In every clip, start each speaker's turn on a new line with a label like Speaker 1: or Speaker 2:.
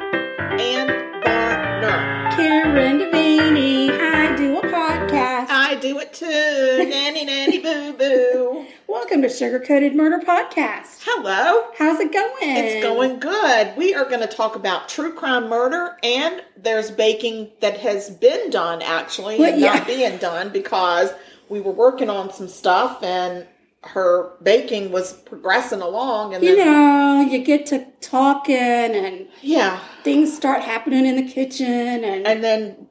Speaker 1: Ann Barner.
Speaker 2: Karen Devaney, I do a podcast.
Speaker 1: I do it too. nanny, nanny, boo, boo.
Speaker 2: Welcome to Sugar Coated Murder Podcast.
Speaker 1: Hello.
Speaker 2: How's it going?
Speaker 1: It's going good. We are going to talk about true crime murder, and there's baking that has been done actually,
Speaker 2: Well,
Speaker 1: and
Speaker 2: yeah.
Speaker 1: not being done because we were working on some stuff, and her baking was progressing along, and
Speaker 2: You
Speaker 1: then
Speaker 2: know, you get to talking and
Speaker 1: yeah,
Speaker 2: things start happening in the kitchen, and
Speaker 1: and then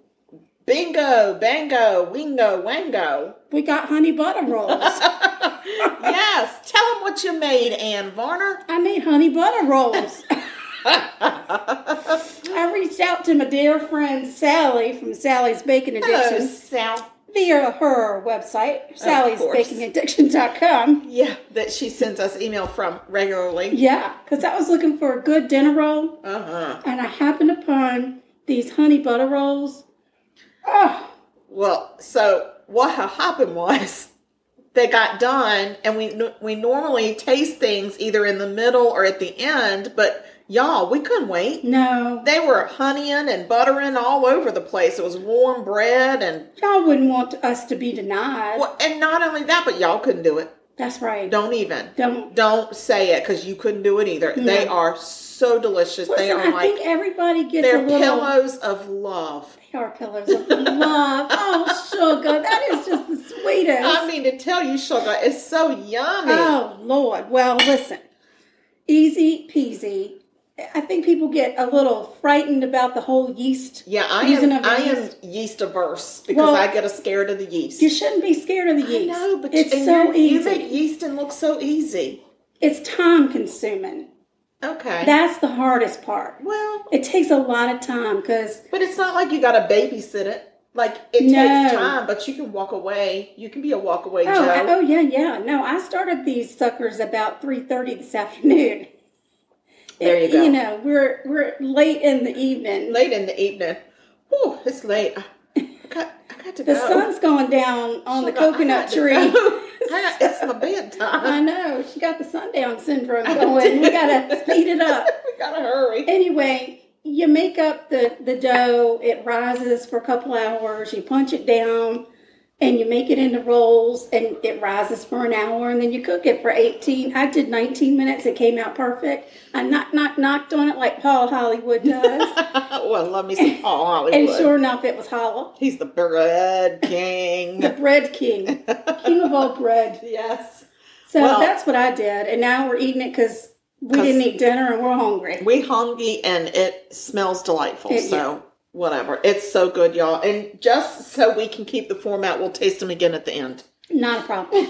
Speaker 1: bingo, bango, wingo, wango.
Speaker 2: we got honey butter rolls.
Speaker 1: yes, tell them what you made, Ann Varner.
Speaker 2: I made honey butter rolls. I reached out to my dear friend Sally from Sally's Baking
Speaker 1: Hello,
Speaker 2: Addiction
Speaker 1: Sal.
Speaker 2: via her website,
Speaker 1: course.
Speaker 2: sallysbakingaddiction.com.
Speaker 1: Yeah, that she sends us email from regularly.
Speaker 2: Yeah, because I was looking for a good dinner roll,
Speaker 1: Uh huh.
Speaker 2: and I happened upon these honey butter rolls. Oh,
Speaker 1: Well, so what ha- happened was they got done, and we n- we normally taste things either in the middle or at the end, but y'all, we couldn't wait.
Speaker 2: no.
Speaker 1: They were honeying and buttering all over the place. It was warm bread and
Speaker 2: Y'all wouldn't want us to be denied.
Speaker 1: well, and not only that, but y'all couldn't do it.
Speaker 2: That's right.
Speaker 1: Don't even.
Speaker 2: Don't.
Speaker 1: Don't say it because you couldn't do it either. They are so delicious. they
Speaker 2: Listen,
Speaker 1: are
Speaker 2: I
Speaker 1: like
Speaker 2: think everybody gets a
Speaker 1: they're
Speaker 2: little.
Speaker 1: pillows of love.
Speaker 2: They are pillows of love. oh, sugar, that is just the sweetest.
Speaker 1: I mean to tell you, sugar, it's so yummy.
Speaker 2: Oh Lord. Well, listen. Easy peasy. I think people get a little frightened about the whole yeast.
Speaker 1: yeah, I
Speaker 2: using
Speaker 1: am.
Speaker 2: of the
Speaker 1: I am
Speaker 2: yeast.
Speaker 1: yeast averse because
Speaker 2: Well,
Speaker 1: I get a scared of the yeast.
Speaker 2: You shouldn't be scared of the
Speaker 1: I
Speaker 2: yeast.
Speaker 1: know, but
Speaker 2: it's
Speaker 1: you, and
Speaker 2: so
Speaker 1: you-
Speaker 2: easy.
Speaker 1: You make yeast and look so easy.
Speaker 2: It's time consuming.
Speaker 1: Okay.
Speaker 2: That's the hardest part.
Speaker 1: well,
Speaker 2: It takes a lot of time because
Speaker 1: but it's not like you got to babysit it. Like it
Speaker 2: No.
Speaker 1: takes time, but you can walk away. You can be a walk away
Speaker 2: oh I-
Speaker 1: Joe.
Speaker 2: oh yeah yeah no I started these suckers about three thirty this afternoon.
Speaker 1: There you go.
Speaker 2: You know we're we're late in the evening.
Speaker 1: late in the evening. Whew, it's late. I got, I got to
Speaker 2: The
Speaker 1: go.
Speaker 2: sun's going down on the
Speaker 1: Sugar, I
Speaker 2: coconut
Speaker 1: got to
Speaker 2: tree.
Speaker 1: go. I got- it's my bedtime.
Speaker 2: I know she got the sundown syndrome going. we gotta speed it up.
Speaker 1: we gotta hurry.
Speaker 2: anyway, you make up the, the dough, it rises for a couple hours, you punch it down, and you make it into rolls, and it rises for an hour, and then you cook it for 18. I did 19 minutes, it came out perfect. I knock, knock, knocked on it like Paul Hollywood does,
Speaker 1: well, love me some Paul
Speaker 2: and
Speaker 1: Hollywood.
Speaker 2: sure enough, it was hollow.
Speaker 1: He's the bread
Speaker 2: The
Speaker 1: king.
Speaker 2: bread king, king of all bread.
Speaker 1: yes.
Speaker 2: So
Speaker 1: Well-
Speaker 2: that's what I did, and now we're eating it because we didn't eat dinner and we're hungry.
Speaker 1: We hungry and it smells delightful.
Speaker 2: It-
Speaker 1: so whatever. It's so good, y'all. And just so we can keep the format, we'll taste them again at the end.
Speaker 2: Not a problem.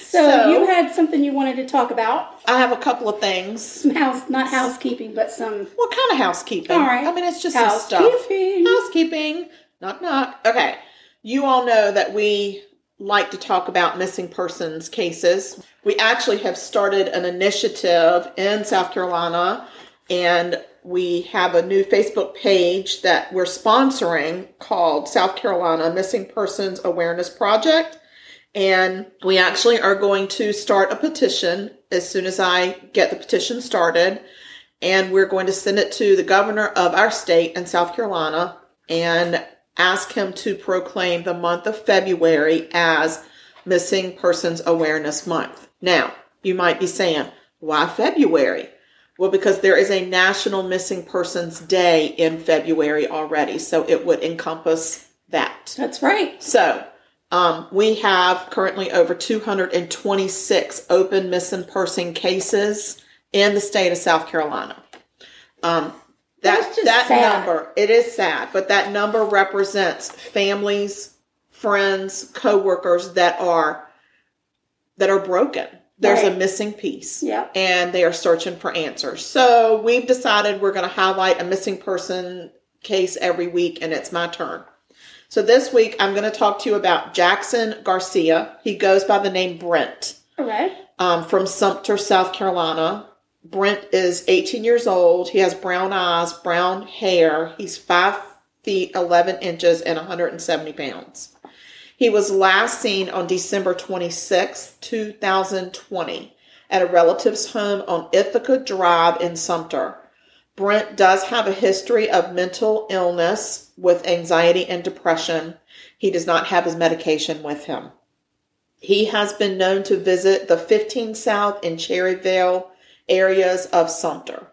Speaker 2: so
Speaker 1: So-
Speaker 2: you had something you wanted to talk about.
Speaker 1: I have a couple of things.
Speaker 2: some house, not housekeeping, but some
Speaker 1: What kind of housekeeping?
Speaker 2: All right.
Speaker 1: I mean, it's just some stuff.
Speaker 2: housekeeping.
Speaker 1: Housekeeping. Knock knock. Okay. You all know that we like to talk about missing persons cases. We actually have started an initiative in South Carolina and we have a new Facebook page that we're sponsoring called South Carolina Missing Persons Awareness Project. And we actually are going to start a petition as soon as I get the petition started. And we're going to send it to the governor of our state in South Carolina and ask him to proclaim the month of February as Missing Persons Awareness Month. Now, you might be saying, why February? Well, because there is a National Missing Persons Day in February already, so it would encompass that.
Speaker 2: That's right.
Speaker 1: So, um, we have currently over 226 open missing person cases in the state of South Carolina. Um, that
Speaker 2: That's just
Speaker 1: that
Speaker 2: sad.
Speaker 1: number it is sad, but that number represents families, friends, coworkers that are that are broken. There's a
Speaker 2: Right.
Speaker 1: missing piece
Speaker 2: Yep.
Speaker 1: and they are searching for answers. So we've decided we're going to highlight a missing person case every week, and it's my turn. So this week I'm going to talk to you about Jackson Garcia. He goes by the name Brent
Speaker 2: All right.
Speaker 1: um, from Sumter, South Carolina. Brent is 18 years old. He has brown eyes, brown hair. He's 5 feet 11 inches and 170 pounds. He was last seen on December 26, 2020, at a relative's home on Ithaca Drive in Sumter. Brent does have a history of mental illness with anxiety and depression. He does not have his medication with him. He has been known to visit the 15 South and Cherryvale areas of Sumter.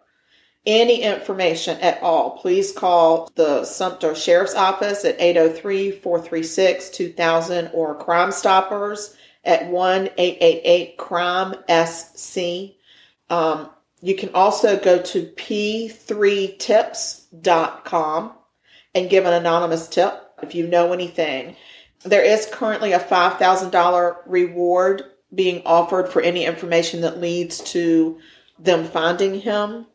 Speaker 1: Any information at all, please call the Sumter Sheriff's Office at 803 436 2000 or Crime Stoppers at 1 888 Crime SC. Um, you can also go to p3tips.com and give an anonymous tip if you know anything. There is currently a $5,000 reward being offered for any information that leads to them finding him.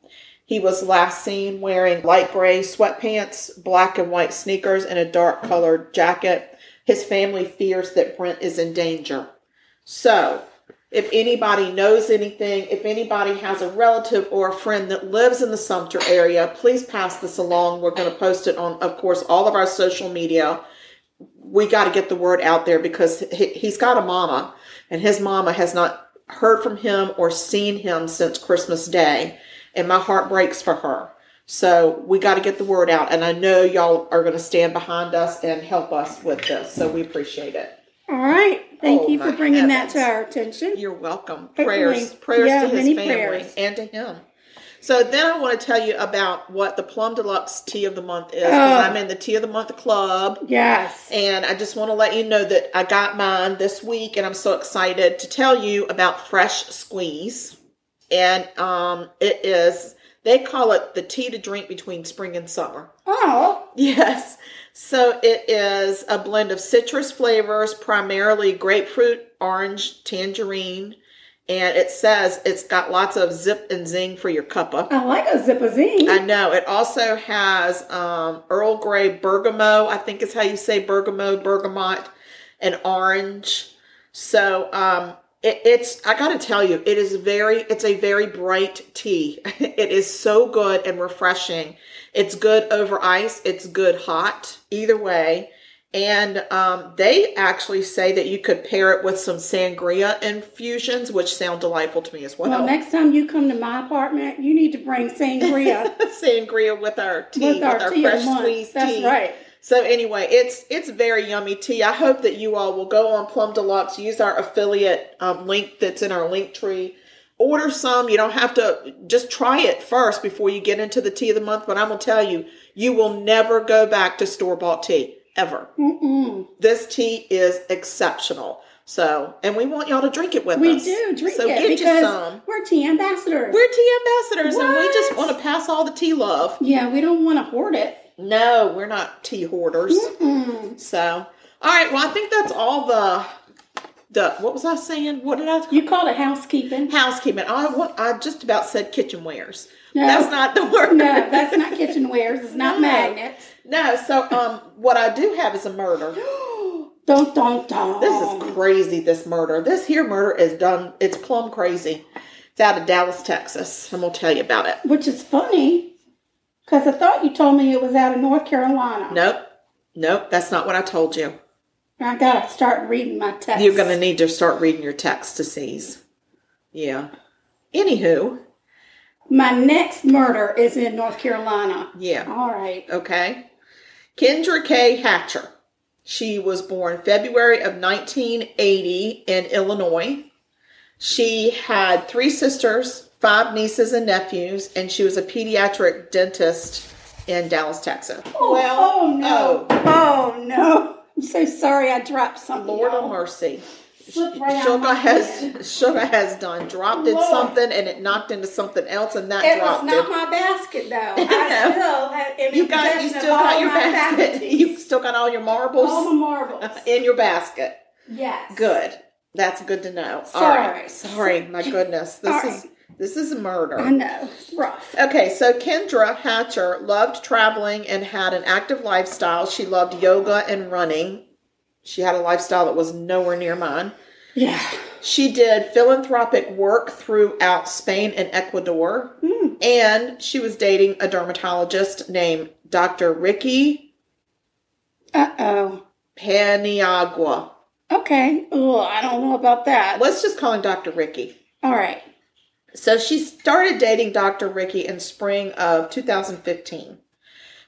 Speaker 1: He was last seen wearing light gray sweatpants, black and white sneakers, and a dark colored jacket. His family fears that Brent is in danger. So, if anybody knows anything, if anybody has a relative or a friend that lives in the Sumter area, please pass this along. We're going to post it on, of course, all of our social media we got to get the word out there because he, he's got a mama and his mama has not heard from him or seen him since christmas day and my heart breaks for her so we got to get the word out and i know y'all are going to stand behind us and help us with this so we appreciate it
Speaker 2: All right. Thank
Speaker 1: Oh,
Speaker 2: you for
Speaker 1: my
Speaker 2: bringing that to
Speaker 1: heavens.
Speaker 2: our attention.
Speaker 1: You're welcome.
Speaker 2: Certainly.
Speaker 1: Prayers, prayers
Speaker 2: Yeah,
Speaker 1: to his
Speaker 2: many
Speaker 1: family
Speaker 2: prayers.
Speaker 1: and to him. So then I want to tell you about what the Plum Deluxe Tea of the Month is. 'cause
Speaker 2: Oh.
Speaker 1: I'm in the Tea of the Month Club.
Speaker 2: Yes.
Speaker 1: And I just want to let you know that I got mine this week, and I'm so excited to tell you about Fresh Squeeze. And um, it is, they call it the tea to drink between spring and summer.
Speaker 2: Oh,
Speaker 1: Yes. So it is a blend of citrus flavors, primarily grapefruit, orange, tangerine. And it says it's got lots of zip and zing for your cuppa.
Speaker 2: I like a zipper zing.
Speaker 1: I know. It also has um, Earl Grey bergamot, I think is how you say bergamot, bergamot, and orange. So um, it, it's, I gotta tell you, it is very, it's a very bright tea. it is so good and refreshing. It's good over ice, it's good hot, either way. And um, they actually say that you could pair it with some sangria infusions, which sound delightful to me as well.
Speaker 2: Well, next time you come to my apartment, you need to bring sangria
Speaker 1: sangria with our tea, with our,
Speaker 2: tea of
Speaker 1: fresh
Speaker 2: month.
Speaker 1: squeezed
Speaker 2: That's
Speaker 1: tea.
Speaker 2: right.
Speaker 1: So anyway, it's it's very yummy tea. I hope that you all will go on Plum Deluxe, use our affiliate um, link that's in our link tree, order some. You don't have to just try it first before you get into the tea of the month. But I'm gonna tell you, you will never go back to store bought tea ever.
Speaker 2: Mm-mm.
Speaker 1: This tea is exceptional. So, and we want y'all to drink it with
Speaker 2: We
Speaker 1: us.
Speaker 2: do drink
Speaker 1: so
Speaker 2: it
Speaker 1: get
Speaker 2: because
Speaker 1: you some.
Speaker 2: we're tea ambassadors.
Speaker 1: We're tea ambassadors, and we
Speaker 2: What?
Speaker 1: just want to pass all the tea love.
Speaker 2: yeah, we don't want to hoard it.
Speaker 1: No, we're not tea hoarders.
Speaker 2: Mm-mm.
Speaker 1: So, all right. Well, I think that's all the the what was I saying? What did I
Speaker 2: You called it housekeeping.
Speaker 1: housekeeping? I wa- I just about said kitchenwares.
Speaker 2: No,
Speaker 1: That's not the word.
Speaker 2: no, that's not kitchenwares. It's not
Speaker 1: No.
Speaker 2: magnets.
Speaker 1: No. So, um, what I do have is a murder.
Speaker 2: Don't, don't, don't.
Speaker 1: This is crazy. This murder. This here murder is done. It's plumb crazy. It's out of Dallas, Texas. I'm gonna tell you about it.
Speaker 2: Which is funny because I thought you told me it was out of North Carolina.
Speaker 1: Nope. Nope. That's not what I told you.
Speaker 2: I gotta start reading my text.
Speaker 1: You're going to need to start reading your text to seize. Yeah. Anywho.
Speaker 2: My next murder is in North Carolina.
Speaker 1: Yeah.
Speaker 2: All right.
Speaker 1: Okay. Kendra K. Hatcher. She was born February of 1980 in Illinois. She had three sisters, five nieces and nephews, and she was a pediatric dentist in Dallas, Texas. well,
Speaker 2: oh no. Oh, no. I'm so sorry I dropped something.
Speaker 1: Lord
Speaker 2: y'all.
Speaker 1: of mercy.
Speaker 2: Slipped right out
Speaker 1: Sugar
Speaker 2: my hand.
Speaker 1: has sugar has done dropped in
Speaker 2: Lord.
Speaker 1: something and it knocked into something else and that
Speaker 2: It was
Speaker 1: dropped
Speaker 2: not
Speaker 1: it.
Speaker 2: my basket though. I
Speaker 1: No.
Speaker 2: still have am in
Speaker 1: you got you
Speaker 2: possession of
Speaker 1: still got
Speaker 2: all
Speaker 1: your
Speaker 2: my
Speaker 1: basket.
Speaker 2: faculties.
Speaker 1: You still got all your marbles
Speaker 2: all the marbles.
Speaker 1: in your basket.
Speaker 2: yes.
Speaker 1: Good. That's good to know. All
Speaker 2: Sorry.
Speaker 1: right. Sorry. My goodness. This
Speaker 2: Sorry.
Speaker 1: is This is
Speaker 2: I
Speaker 1: murder.
Speaker 2: know. It's rough.
Speaker 1: Okay, so Kendra Hatcher loved traveling and had an active lifestyle. She loved yoga and running. She had a lifestyle that was nowhere near mine.
Speaker 2: Yeah.
Speaker 1: She did philanthropic work throughout Spain and Ecuador,
Speaker 2: Hmm.
Speaker 1: and she was dating a dermatologist named Dr. Ricky
Speaker 2: Uh oh.
Speaker 1: Paniagua.
Speaker 2: Okay. Oh, I don't know about that.
Speaker 1: Let's just call him Dr. Ricky.
Speaker 2: All right.
Speaker 1: So she started dating Dr. Ricky in spring of 2015.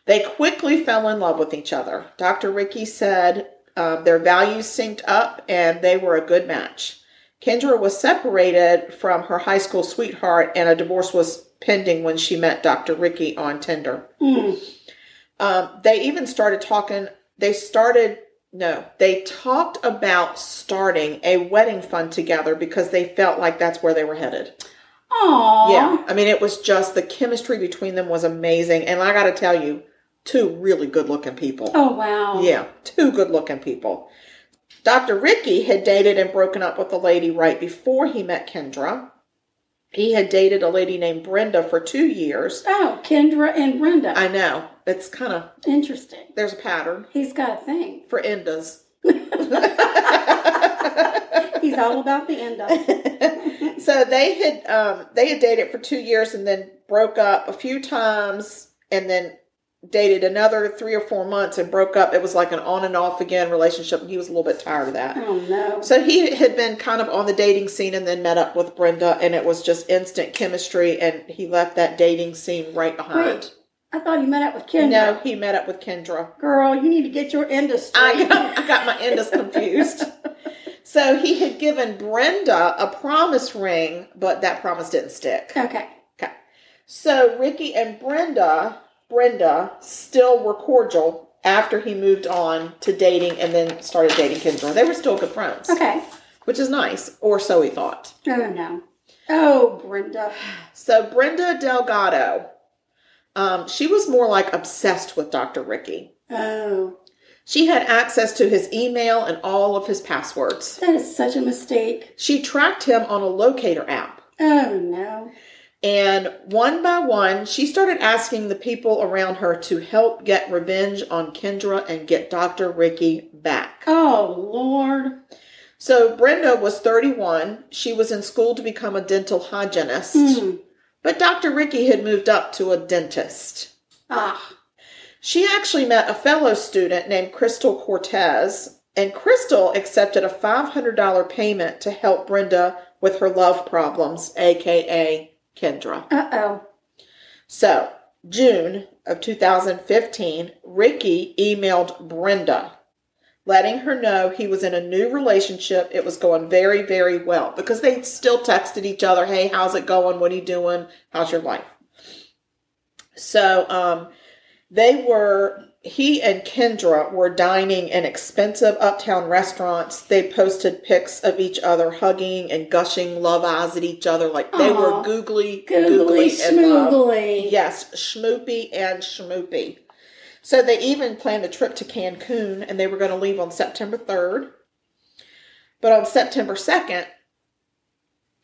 Speaker 1: They quickly fell in love with each other. Dr. Ricky said um, their values synced up and they were a good match. Kendra was separated from her high school sweetheart and a divorce was pending when she met Dr. Ricky on Tinder.
Speaker 2: Hmm.
Speaker 1: Um, they even started talking, they started, no, they talked about starting a wedding fund together because they felt like that's where they were headed.
Speaker 2: Aw.
Speaker 1: Yeah. I mean, it was just the chemistry between them was amazing. And I got to tell you, two really good looking people.
Speaker 2: Oh wow.
Speaker 1: Yeah, two good looking people. Dr. Ricky had dated and broken up with a lady right before he met Kendra. He had dated a lady named Brenda for two years.
Speaker 2: Oh, Kendra and Brenda.
Speaker 1: I know. It's kind of,
Speaker 2: Interesting.
Speaker 1: there's a pattern
Speaker 2: He's got a thing.
Speaker 1: for endas.
Speaker 2: He's all about the end of it.
Speaker 1: so they had um, they had dated for two years and then broke up a few times and then dated another three or four months and broke up. It was like an on and off again relationship, and he was a little bit tired of that.
Speaker 2: Oh no.
Speaker 1: So he had been kind of on the dating scene and then met up with Brenda, and it was just instant chemistry, and he left that dating scene right behind.
Speaker 2: Wait, I thought he met up with
Speaker 1: You
Speaker 2: Kendra.
Speaker 1: No, he met up with Kendra.
Speaker 2: Girl, you need to get your industry.
Speaker 1: I got, I got my endas confused. So he had given Brenda a promise ring, but that promise didn't stick.
Speaker 2: Okay.
Speaker 1: Okay. So Ricky and Brenda, Brenda, still were cordial after he moved on to dating and then started dating Kendra. They were still good friends,
Speaker 2: Okay.
Speaker 1: which is nice, or so he thought.
Speaker 2: Oh no. Oh, Brenda.
Speaker 1: So Brenda Delgado, um, she was more like obsessed with Dr. Ricky.
Speaker 2: Oh,
Speaker 1: She had access to his email and all of his passwords.
Speaker 2: that is such a mistake.
Speaker 1: She tracked him on a locator app.
Speaker 2: Oh no.
Speaker 1: And one by one, she started asking the people around her to help get revenge on Kendra and get Dr. Ricky back.
Speaker 2: Oh Lord.
Speaker 1: So Brenda was 31. She was in school to become a dental hygienist.
Speaker 2: Hmm.
Speaker 1: But Dr. Ricky had moved up to a dentist.
Speaker 2: Ah.
Speaker 1: She actually met a fellow student named Crystal Cortez, and Crystal accepted a $500 payment to help Brenda with her love problems, aka Kendra.
Speaker 2: Uh oh.
Speaker 1: So, June of 2015, Ricky emailed Brenda, letting her know he was in a new relationship. It was going very, very well because they still texted each other, "Hey, how's it going? What are you doing? How's your life?" So, um, they were. He and Kendra were dining in expensive uptown restaurants. They posted pics of each other hugging and gushing love eyes at each other, like they were
Speaker 2: Aw.
Speaker 1: googly,
Speaker 2: Googly
Speaker 1: googly, in love.
Speaker 2: schmoogly.
Speaker 1: Yes, Schmoopy and Schmoopy. So they even planned a trip to Cancun and they were going to leave on September 3rd. But on September 2nd,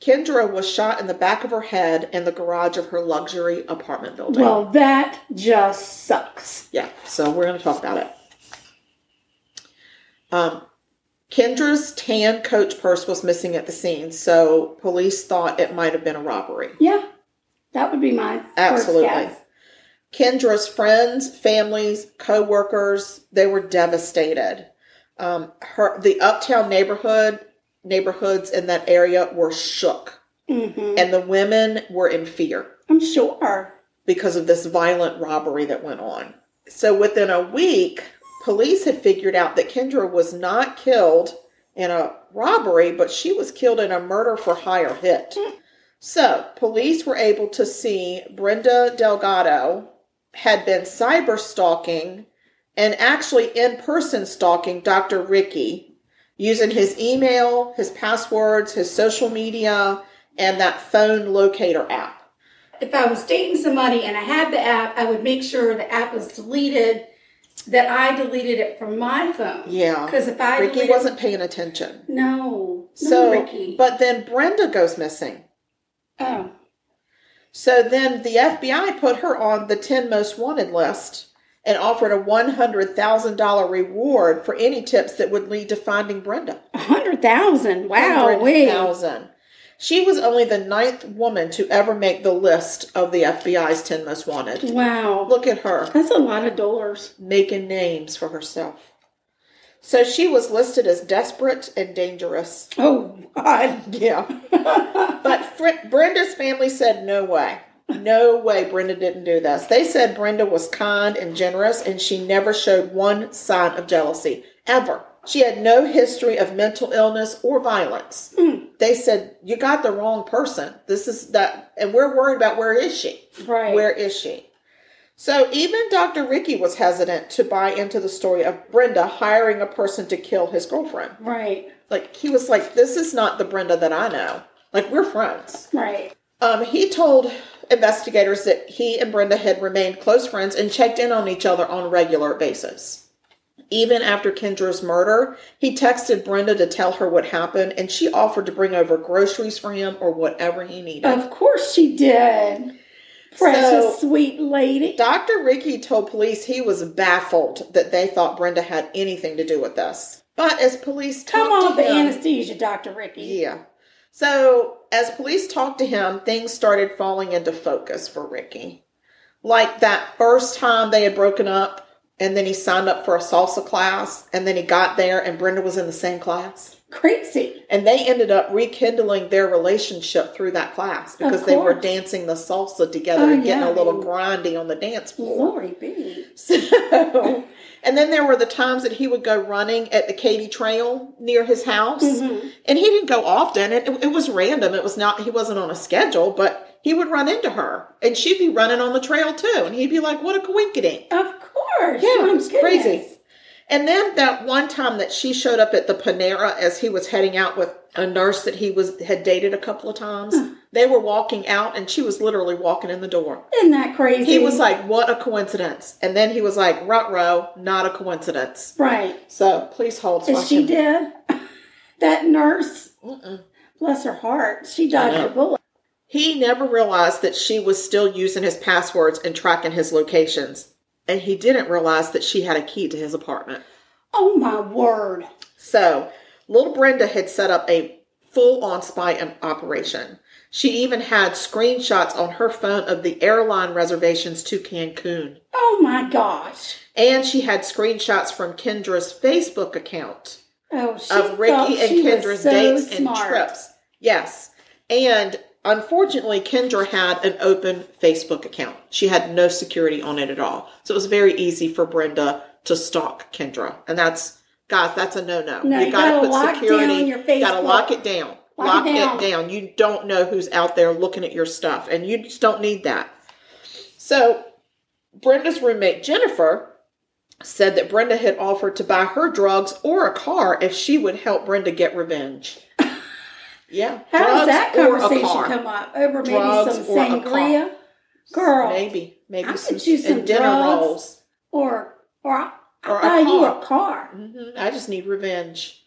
Speaker 1: Kendra was shot in the back of her head in the garage of her luxury apartment building.
Speaker 2: Well, that just sucks.
Speaker 1: yeah, so we're going to talk about it. Um, Kendra's tan coach purse was missing at the scene, so police thought it might have been a robbery.
Speaker 2: Yeah. That would be my
Speaker 1: Absolutely.
Speaker 2: first guess.
Speaker 1: Kendra's friends, families, co-workers, they were devastated. Um, her the uptown neighborhood neighborhoods in that area were shook,
Speaker 2: Mhm.
Speaker 1: and the women were in fear
Speaker 2: I'm sure.
Speaker 1: because of this violent robbery that went on. So within a week, police had figured out that Kendra was not killed in a robbery, but she was killed in a murder for hire hit. So police were able to see Brenda Delgado had been cyber stalking and actually in person stalking Dr. Ricky using his email, his passwords, his social media, and that phone locator app.
Speaker 3: if I was dating somebody and I had the app, I would make sure the app was deleted, that I deleted it from my phone.
Speaker 1: Yeah.
Speaker 3: Because if I
Speaker 1: Ricky
Speaker 3: deleted,
Speaker 1: wasn't paying attention.
Speaker 2: No. No,
Speaker 1: So,
Speaker 2: Ricky.
Speaker 1: but then Brenda goes missing.
Speaker 2: oh.
Speaker 1: So then the FBI put her on the 10 most wanted list and offered a $100,000 reward for any tips that would lead to finding Brenda.
Speaker 2: A hundred thousand. Wow, wait.
Speaker 1: 100,000. She was only the ninth woman to ever make the list of the FBI's 10 most wanted.
Speaker 2: Wow,
Speaker 1: Look at her
Speaker 2: that's a lot of dollars.
Speaker 1: making names for herself. So she was listed as desperate and dangerous.
Speaker 2: Oh God.
Speaker 1: Yeah. but Fr- Brenda's family said no way. No way Brenda didn't do this. They said Brenda was kind and generous and she never showed one sign of jealousy ever. She had no history of mental illness or violence. They said you got the wrong person. This is that and we're worried about where is she?
Speaker 2: Right.
Speaker 1: Where is she? So even Dr. Ricky was hesitant to buy into the story of Brenda hiring a person to kill his girlfriend.
Speaker 2: Right.
Speaker 1: Like he was like, this is not the Brenda that I know. Like we're friends.
Speaker 2: Right.
Speaker 1: Um, he told investigators that he and Brenda had remained close friends and checked in on each other on a regular basis. Even after Kendra's murder, he texted Brenda to tell her what happened, and she offered to bring over groceries for him or whatever he needed.
Speaker 2: Of course she did. Precious sweet lady.
Speaker 1: Dr. Ricky told police he was baffled that they thought Brenda had anything to do with this. But as police
Speaker 2: Come
Speaker 1: talked
Speaker 2: on,
Speaker 1: to
Speaker 2: the
Speaker 1: him,
Speaker 2: anesthesia, Doctor Ricky.
Speaker 1: yeah. So as police talked to him, things started falling into focus for Ricky. Like that first time they had broken up, and then he signed up for a salsa class, and then he got there, and Brenda was in the same class.
Speaker 2: Crazy.
Speaker 1: And they ended up rekindling their relationship through that class because they were
Speaker 2: course.
Speaker 1: dancing the salsa together
Speaker 2: Oh,
Speaker 1: and getting
Speaker 2: yeah.
Speaker 1: a little grindy on the dance floor.
Speaker 2: Glory be.
Speaker 1: So, and then there were the times that he would go running at the Katy Trail near his house, and he didn't go often. It, it was random. It was not he wasn't on a schedule, but he would run into her, and she'd be running on the trail too, and he'd be like, "What a coinkydink!"
Speaker 2: Of course.
Speaker 1: Yeah,
Speaker 2: My
Speaker 1: it was crazy.
Speaker 2: goodness.
Speaker 1: And then that one time that she showed up at the Panera as he was heading out with a nurse that he was had dated a couple of times. They were walking out, and she was literally walking in the door.
Speaker 2: Isn't that crazy?
Speaker 1: He was like, "What a coincidence!" And then he was like, "Ruh-roh, not a coincidence."
Speaker 2: right.
Speaker 1: So please hold. so I
Speaker 2: Is she
Speaker 1: can-
Speaker 2: dead? that nurse. Bless her heart. She
Speaker 1: know.
Speaker 2: dodged a bullet.
Speaker 1: He never realized that she was still using his passwords and tracking his locations, and he didn't realize that she had a key to his apartment.
Speaker 2: Oh my word.
Speaker 1: So little Brenda had set up a full-on spy em- operation. She even had screenshots on her phone of the airline reservations to Cancun.
Speaker 2: Oh my gosh.
Speaker 1: And she had screenshots from Kendra's Facebook account
Speaker 2: Oh, she
Speaker 1: of
Speaker 2: thought
Speaker 1: Ricky and
Speaker 2: she was
Speaker 1: Kendra's
Speaker 2: so
Speaker 1: dates
Speaker 2: smart.
Speaker 1: and trips. Yes. And unfortunately, Kendra had an open Facebook account. She had no security on it at all. So it was very easy for Brenda to stalk Kendra. And that's, guys, that's a no no.
Speaker 2: No, you gotta lock down your
Speaker 1: gotta
Speaker 2: Facebook.
Speaker 1: lock it down.
Speaker 2: Lock
Speaker 1: Lock,
Speaker 2: it down.
Speaker 1: it down. You don't know who's out there looking at your stuff, and you just don't need that. So Brenda's roommate, Jennifer, said that Brenda had offered to buy her drugs or a car if she would help Brenda get revenge. Yeah.
Speaker 2: How
Speaker 1: drugs
Speaker 2: does that
Speaker 1: or a
Speaker 2: conversation
Speaker 1: car.
Speaker 2: come up? Over maybe
Speaker 1: Drugs
Speaker 2: some
Speaker 1: or a car.
Speaker 2: sangria? Girl.
Speaker 1: Maybe. Maybe
Speaker 2: I could
Speaker 1: some,
Speaker 2: choose some
Speaker 1: and dinner
Speaker 2: drugs.
Speaker 1: rolls.
Speaker 2: Or or I
Speaker 1: Or
Speaker 2: will
Speaker 1: a
Speaker 2: buy you
Speaker 1: car.
Speaker 2: a car.
Speaker 1: hmm I just need revenge.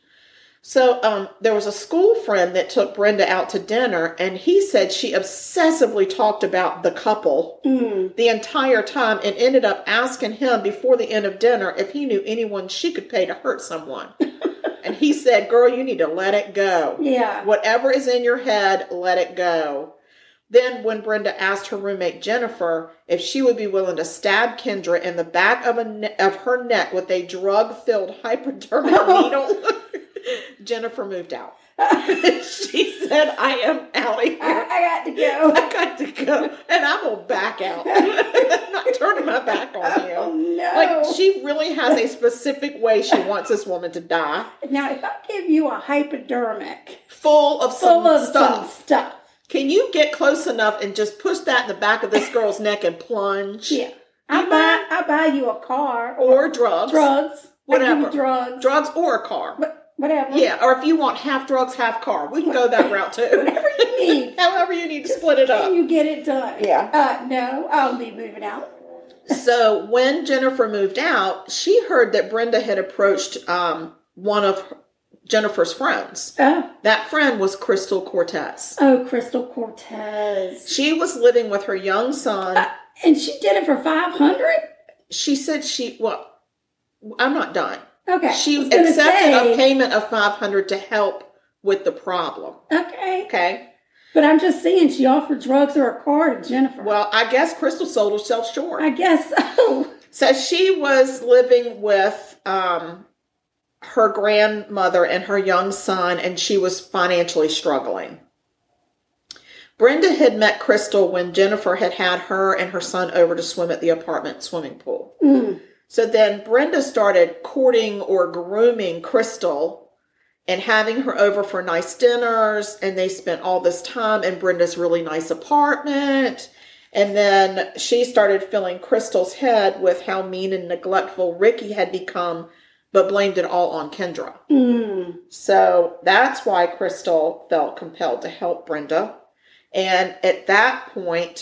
Speaker 1: So um, there was a school friend that took Brenda out to dinner, and he said she obsessively talked about the couple
Speaker 2: Mm.
Speaker 1: the entire time and ended up asking him before the end of dinner if he knew anyone she could pay to hurt someone. and he said, Girl, you need to let it go.
Speaker 2: Yeah.
Speaker 1: Whatever is in your head, let it go. Then, when Brenda asked her roommate Jennifer if she would be willing to stab Kendra in the back of, a ne- of her neck with a drug filled hypodermic needle, Jennifer moved out. she said, I am out of here.
Speaker 2: I, I got to go.
Speaker 1: I got to go, and I'm gonna back out. I'm not turning my back on you.
Speaker 2: Oh no.
Speaker 1: Like she really has a specific way she wants this woman to die,
Speaker 2: now if I give you a hypodermic
Speaker 1: full of some
Speaker 2: full of some
Speaker 1: stuff.
Speaker 2: stuff.
Speaker 1: Can you get close enough and just push that in the back of this girl's neck and plunge?
Speaker 2: Yeah. I buy I buy you a car or
Speaker 1: Or drugs,
Speaker 2: drugs. I give
Speaker 1: whatever.
Speaker 2: you drugs.
Speaker 1: drugs or a car.
Speaker 2: But whatever.
Speaker 1: Yeah, or if you want half drugs, half car, we can go that route too.
Speaker 2: Whatever you need.
Speaker 1: However, you need to split it up.
Speaker 2: Can you get it done?
Speaker 1: Yeah.
Speaker 2: Uh, no, I'll be moving out.
Speaker 1: so when Jennifer moved out, she heard that Brenda had approached um, one of Jennifer's friends.
Speaker 2: Oh,
Speaker 1: That friend was Crystal Cortez.
Speaker 2: oh, Crystal Cortez,
Speaker 1: She was living with her young son.
Speaker 2: and she did it for five hundred.
Speaker 1: She said she, well, I'm not done.
Speaker 2: Okay, I
Speaker 1: She
Speaker 2: was gonna
Speaker 1: accepted
Speaker 2: say,
Speaker 1: a payment of 500 to help with the problem.
Speaker 2: Okay,
Speaker 1: Okay.
Speaker 2: but I'm just saying she offered drugs or a car to Jennifer.
Speaker 1: Well, I guess Crystal sold herself short.
Speaker 2: I guess so.
Speaker 1: So she was living with um, her grandmother and her young son, and she was financially struggling. Brenda had met Crystal when Jennifer had had her and her son over to swim at the apartment swimming pool.
Speaker 2: Mm,
Speaker 1: So then Brenda started courting or grooming Crystal and having her over for nice dinners. And they spent all this time in Brenda's really nice apartment. And then she started filling Crystal's head with how mean and neglectful Ricky had become, but blamed it all on Kendra.
Speaker 2: mm.
Speaker 1: So that's why Crystal felt compelled to help Brenda. And at that point,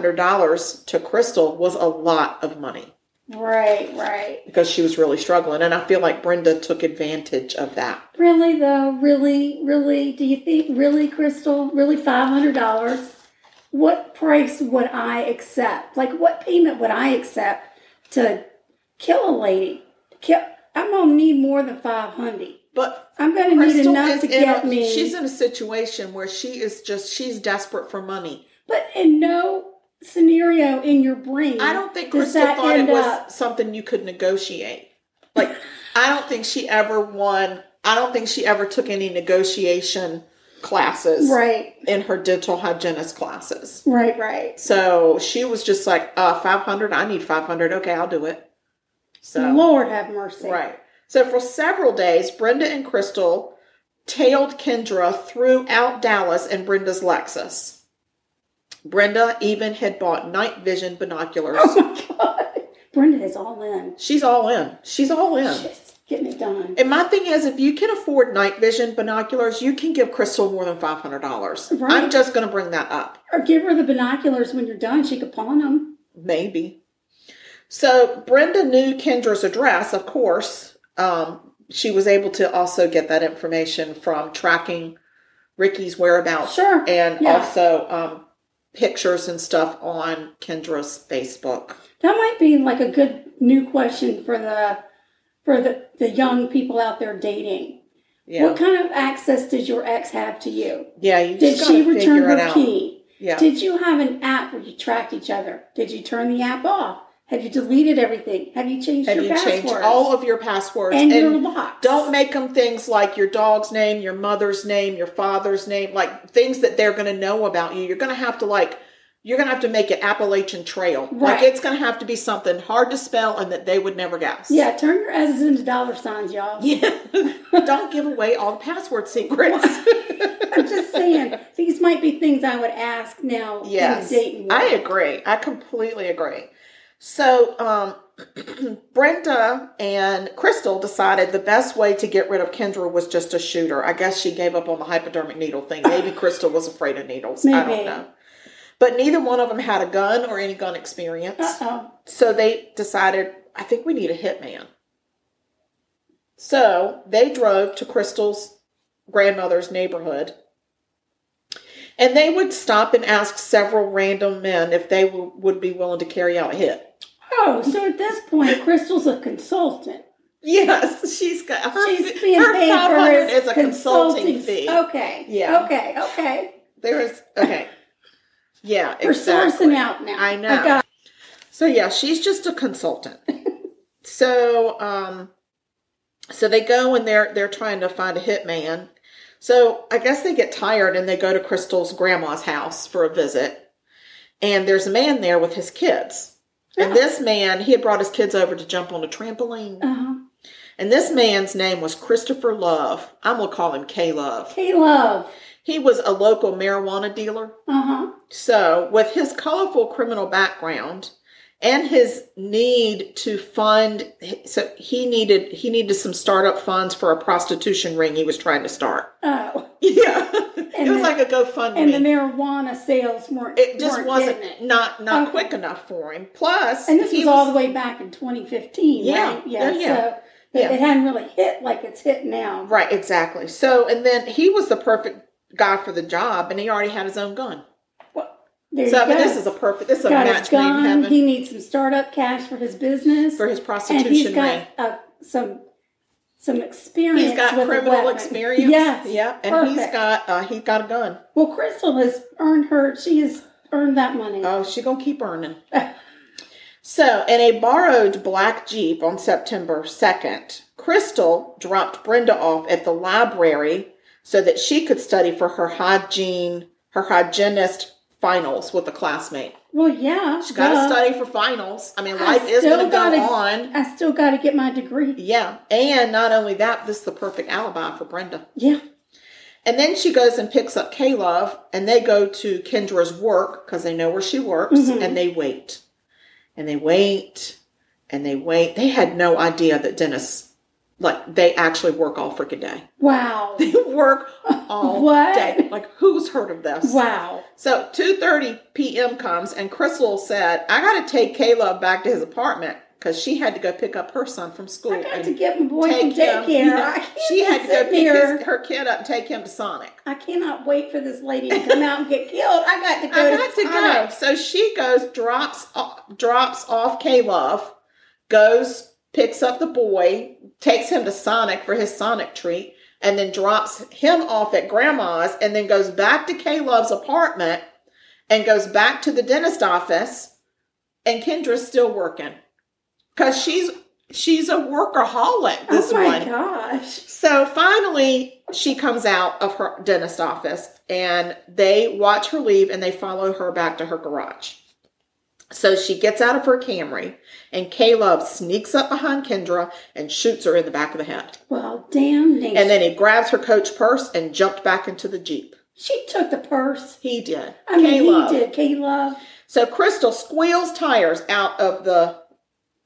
Speaker 1: $500 to Crystal was a lot of money
Speaker 2: Right, right.
Speaker 1: because she was really struggling. And I feel like Brenda took advantage of that.
Speaker 2: Really though, really, really, do you think really, Crystal, really five hundred dollars? What price would I accept? Like what payment would I accept to kill a lady? Kill I'm gonna need more than five hundred.
Speaker 1: But
Speaker 2: I'm gonna need
Speaker 1: Crystal
Speaker 2: enough
Speaker 1: is
Speaker 2: to
Speaker 1: in
Speaker 2: get
Speaker 1: a,
Speaker 2: me
Speaker 1: she's in a situation where she is just she's desperate for money.
Speaker 2: but in no scenario in your brain.
Speaker 1: I don't think
Speaker 2: does
Speaker 1: Crystal
Speaker 2: that
Speaker 1: thought it
Speaker 2: end
Speaker 1: was
Speaker 2: up-
Speaker 1: something you could negotiate. Like I don't think she ever won I don't think she ever took any negotiation classes
Speaker 2: Right,
Speaker 1: in her dental hygienist classes.
Speaker 2: right, right.
Speaker 1: So she was just like, uh, 500, I need 500. Okay, I'll do it. So,
Speaker 2: Lord have mercy.
Speaker 1: Right. So for several days, Brenda and Crystal tailed Kendra throughout Dallas in Brenda's Lexus. Brenda even had bought night vision binoculars.
Speaker 2: Oh my god. Brenda is all in.
Speaker 1: She's all in. She's all in.
Speaker 2: She's getting it done.
Speaker 1: And my thing is, if you can afford night vision binoculars, you can give Crystal more than five hundred dollars.
Speaker 2: Right.
Speaker 1: I'm just going to bring that up.
Speaker 2: Or give her the binoculars when you're done. She could pawn them.
Speaker 1: Maybe. So Brenda knew Kendra's address, of course. Um, she was able to also get that information from tracking Ricky's whereabouts
Speaker 2: Sure.
Speaker 1: and
Speaker 2: Yeah.
Speaker 1: also um, pictures and stuff on Kendra's Facebook.
Speaker 2: That might be like a good new question for the for the, the young people out there dating.
Speaker 1: Yeah,
Speaker 2: What kind of access did your ex have to you?
Speaker 1: yeah. You
Speaker 2: Did
Speaker 1: just gotta
Speaker 2: she return
Speaker 1: figure it
Speaker 2: her
Speaker 1: out.
Speaker 2: key?
Speaker 1: Yeah,
Speaker 2: Did you have an app where you tracked each other? Did you turn the app off? Have you deleted everything? Have you changed
Speaker 1: have
Speaker 2: your
Speaker 1: you
Speaker 2: passwords?
Speaker 1: changed all of your passwords
Speaker 2: and, your locks?
Speaker 1: Don't make them things like your dog's name, your mother's name, your father's name, like things that they're going to know about you. You're going to have to like you're going to have to make it Appalachian Trail. Like
Speaker 2: Right.
Speaker 1: it's going to have to be something hard to spell and that they would never guess.
Speaker 2: Yeah, turn your S's into dollar signs, y'all.
Speaker 1: Yeah. Don't give away all the password secrets.
Speaker 2: I'm just saying, these might be things I would ask now
Speaker 1: Yes.
Speaker 2: in the dating world.
Speaker 1: I agree. I completely agree. So, um, Brenda and Crystal decided the best way to get rid of Kendra was just to shoot her. I guess she gave up on the hypodermic needle thing. Maybe Crystal was afraid of needles. I
Speaker 2: Maybe.
Speaker 1: don't know. But neither one of them had a gun or any gun experience.
Speaker 2: Uh-oh.
Speaker 1: So they decided, I think we need a hitman. So they drove to Crystal's grandmother's neighborhood. And they would stop and ask several random men if they w- would be willing to carry out a hit.
Speaker 2: Oh, so at this point, Crystal's a consultant.
Speaker 1: Yes, she's got her,
Speaker 2: She's being
Speaker 1: her
Speaker 2: paid
Speaker 1: 500
Speaker 2: for his
Speaker 1: is a consulting fee.
Speaker 2: Okay.
Speaker 1: Yeah.
Speaker 2: Okay. Okay.
Speaker 1: There is okay. Yeah,
Speaker 2: We're
Speaker 1: exactly.
Speaker 2: sourcing out now.
Speaker 1: I know.
Speaker 2: got-
Speaker 1: So yeah, she's just a consultant. so um so they go and they're they're trying to find a hitman. So I guess they get tired and they go to Crystal's grandma's house for a visit. And there's a man there with his kids. And this man, he had brought his kids over to jump on a trampoline.
Speaker 2: Uh-huh.
Speaker 1: And this man's name was Christopher Love. I'm gonna call him K Love.
Speaker 2: Hey, love.
Speaker 1: He was a local marijuana dealer.
Speaker 2: Uh huh.
Speaker 1: So, with his colorful criminal background and his need to fund, so he needed he needed some startup funds for a prostitution ring he was trying to start.
Speaker 2: Oh,
Speaker 1: Yeah,
Speaker 2: And
Speaker 1: it was
Speaker 2: the-
Speaker 1: like a GoFundMe.
Speaker 2: and the marijuana sales weren't.
Speaker 1: Oh, it just
Speaker 2: weren't
Speaker 1: wasn't
Speaker 2: getting it.
Speaker 1: not not
Speaker 2: Okay.
Speaker 1: quick enough for him. Plus,
Speaker 2: And this
Speaker 1: he
Speaker 2: was all the way back in 2015.
Speaker 1: Yeah.
Speaker 2: Right? Yeah.
Speaker 1: Yeah, yeah.
Speaker 2: So It,
Speaker 1: Yeah.
Speaker 2: it hadn't really hit like it's hit now.
Speaker 1: Right, exactly. So, and then he was the perfect guy for the job, and he already had his own gun.
Speaker 2: There
Speaker 1: so, I
Speaker 2: you
Speaker 1: mean,
Speaker 2: go.
Speaker 1: this is a perfect, this is a
Speaker 2: got
Speaker 1: match
Speaker 2: his
Speaker 1: made in
Speaker 2: gun.
Speaker 1: heaven
Speaker 2: He needs some startup cash for his business,
Speaker 1: for his
Speaker 2: and he's
Speaker 1: prostitution ring.
Speaker 2: got uh, some some experience.
Speaker 1: He's got
Speaker 2: with a
Speaker 1: criminal
Speaker 2: weapon.
Speaker 1: experience.
Speaker 2: Yes.
Speaker 1: Yep. And he's
Speaker 2: Perfect.
Speaker 1: got uh, he's got a gun.
Speaker 2: Well, Crystal has earned her. She has earned that money.
Speaker 1: Oh, she gonna keep earning. so, in a borrowed black jeep on September second, Crystal dropped Brenda off at the library so that she could study for her hygiene her hygienist finals with a classmate.
Speaker 2: well, yeah.
Speaker 1: She got to
Speaker 2: duh.
Speaker 1: study for finals. I mean,
Speaker 2: I
Speaker 1: life is
Speaker 2: still
Speaker 1: going to
Speaker 2: gotta-
Speaker 1: go on.
Speaker 2: I still got to get my degree.
Speaker 1: Yeah, and not only that, this is the perfect alibi for Brenda.
Speaker 2: Yeah.
Speaker 1: And then she goes and picks up Caleb, and they go to Kendra's work because they know where she works,
Speaker 2: Mhm.
Speaker 1: and they wait, and they wait, and they wait. They had no idea that Dennis, like, they actually work all freaking day.
Speaker 2: Wow.
Speaker 1: They work all
Speaker 2: What?
Speaker 1: day. Like, who's heard of this?
Speaker 2: wow.
Speaker 1: So 2:30 p.m. comes and Crystal said, "I got to take Caleb back to his apartment because she had to go pick up her son from school."
Speaker 2: I got
Speaker 1: and
Speaker 2: to get my boy from
Speaker 1: take him."
Speaker 2: daycare.
Speaker 1: You know,
Speaker 2: I can't
Speaker 1: she had to go
Speaker 2: sit
Speaker 1: pick
Speaker 2: here.
Speaker 1: his, her kid up and take him to Sonic.
Speaker 2: I cannot wait for this lady to come out and get killed. I got to go.
Speaker 1: I got to go.
Speaker 2: Sonic.
Speaker 1: So she goes, drops off, drops off Caleb, goes, picks up the boy, takes him to Sonic for his Sonic treat, and then drops him off at Grandma's, and then goes back to Caleb's apartment, and goes back to the dentist office, and Kendra's still working because she's she's a workaholic. This
Speaker 2: Oh my
Speaker 1: one.
Speaker 2: gosh.
Speaker 1: So finally, she comes out of her dentist office and they watch her leave and they follow her back to her garage. So she gets out of her Camry and Caleb sneaks up behind Kendra and shoots her in the back of the head.
Speaker 2: Well, damn nation.
Speaker 1: And then he grabs her coach purse and jumped back into the Jeep.
Speaker 2: she took the purse.
Speaker 1: He did.
Speaker 2: I mean,
Speaker 1: Caleb.
Speaker 2: he did. Caleb.
Speaker 1: So Crystal squeals tires out of the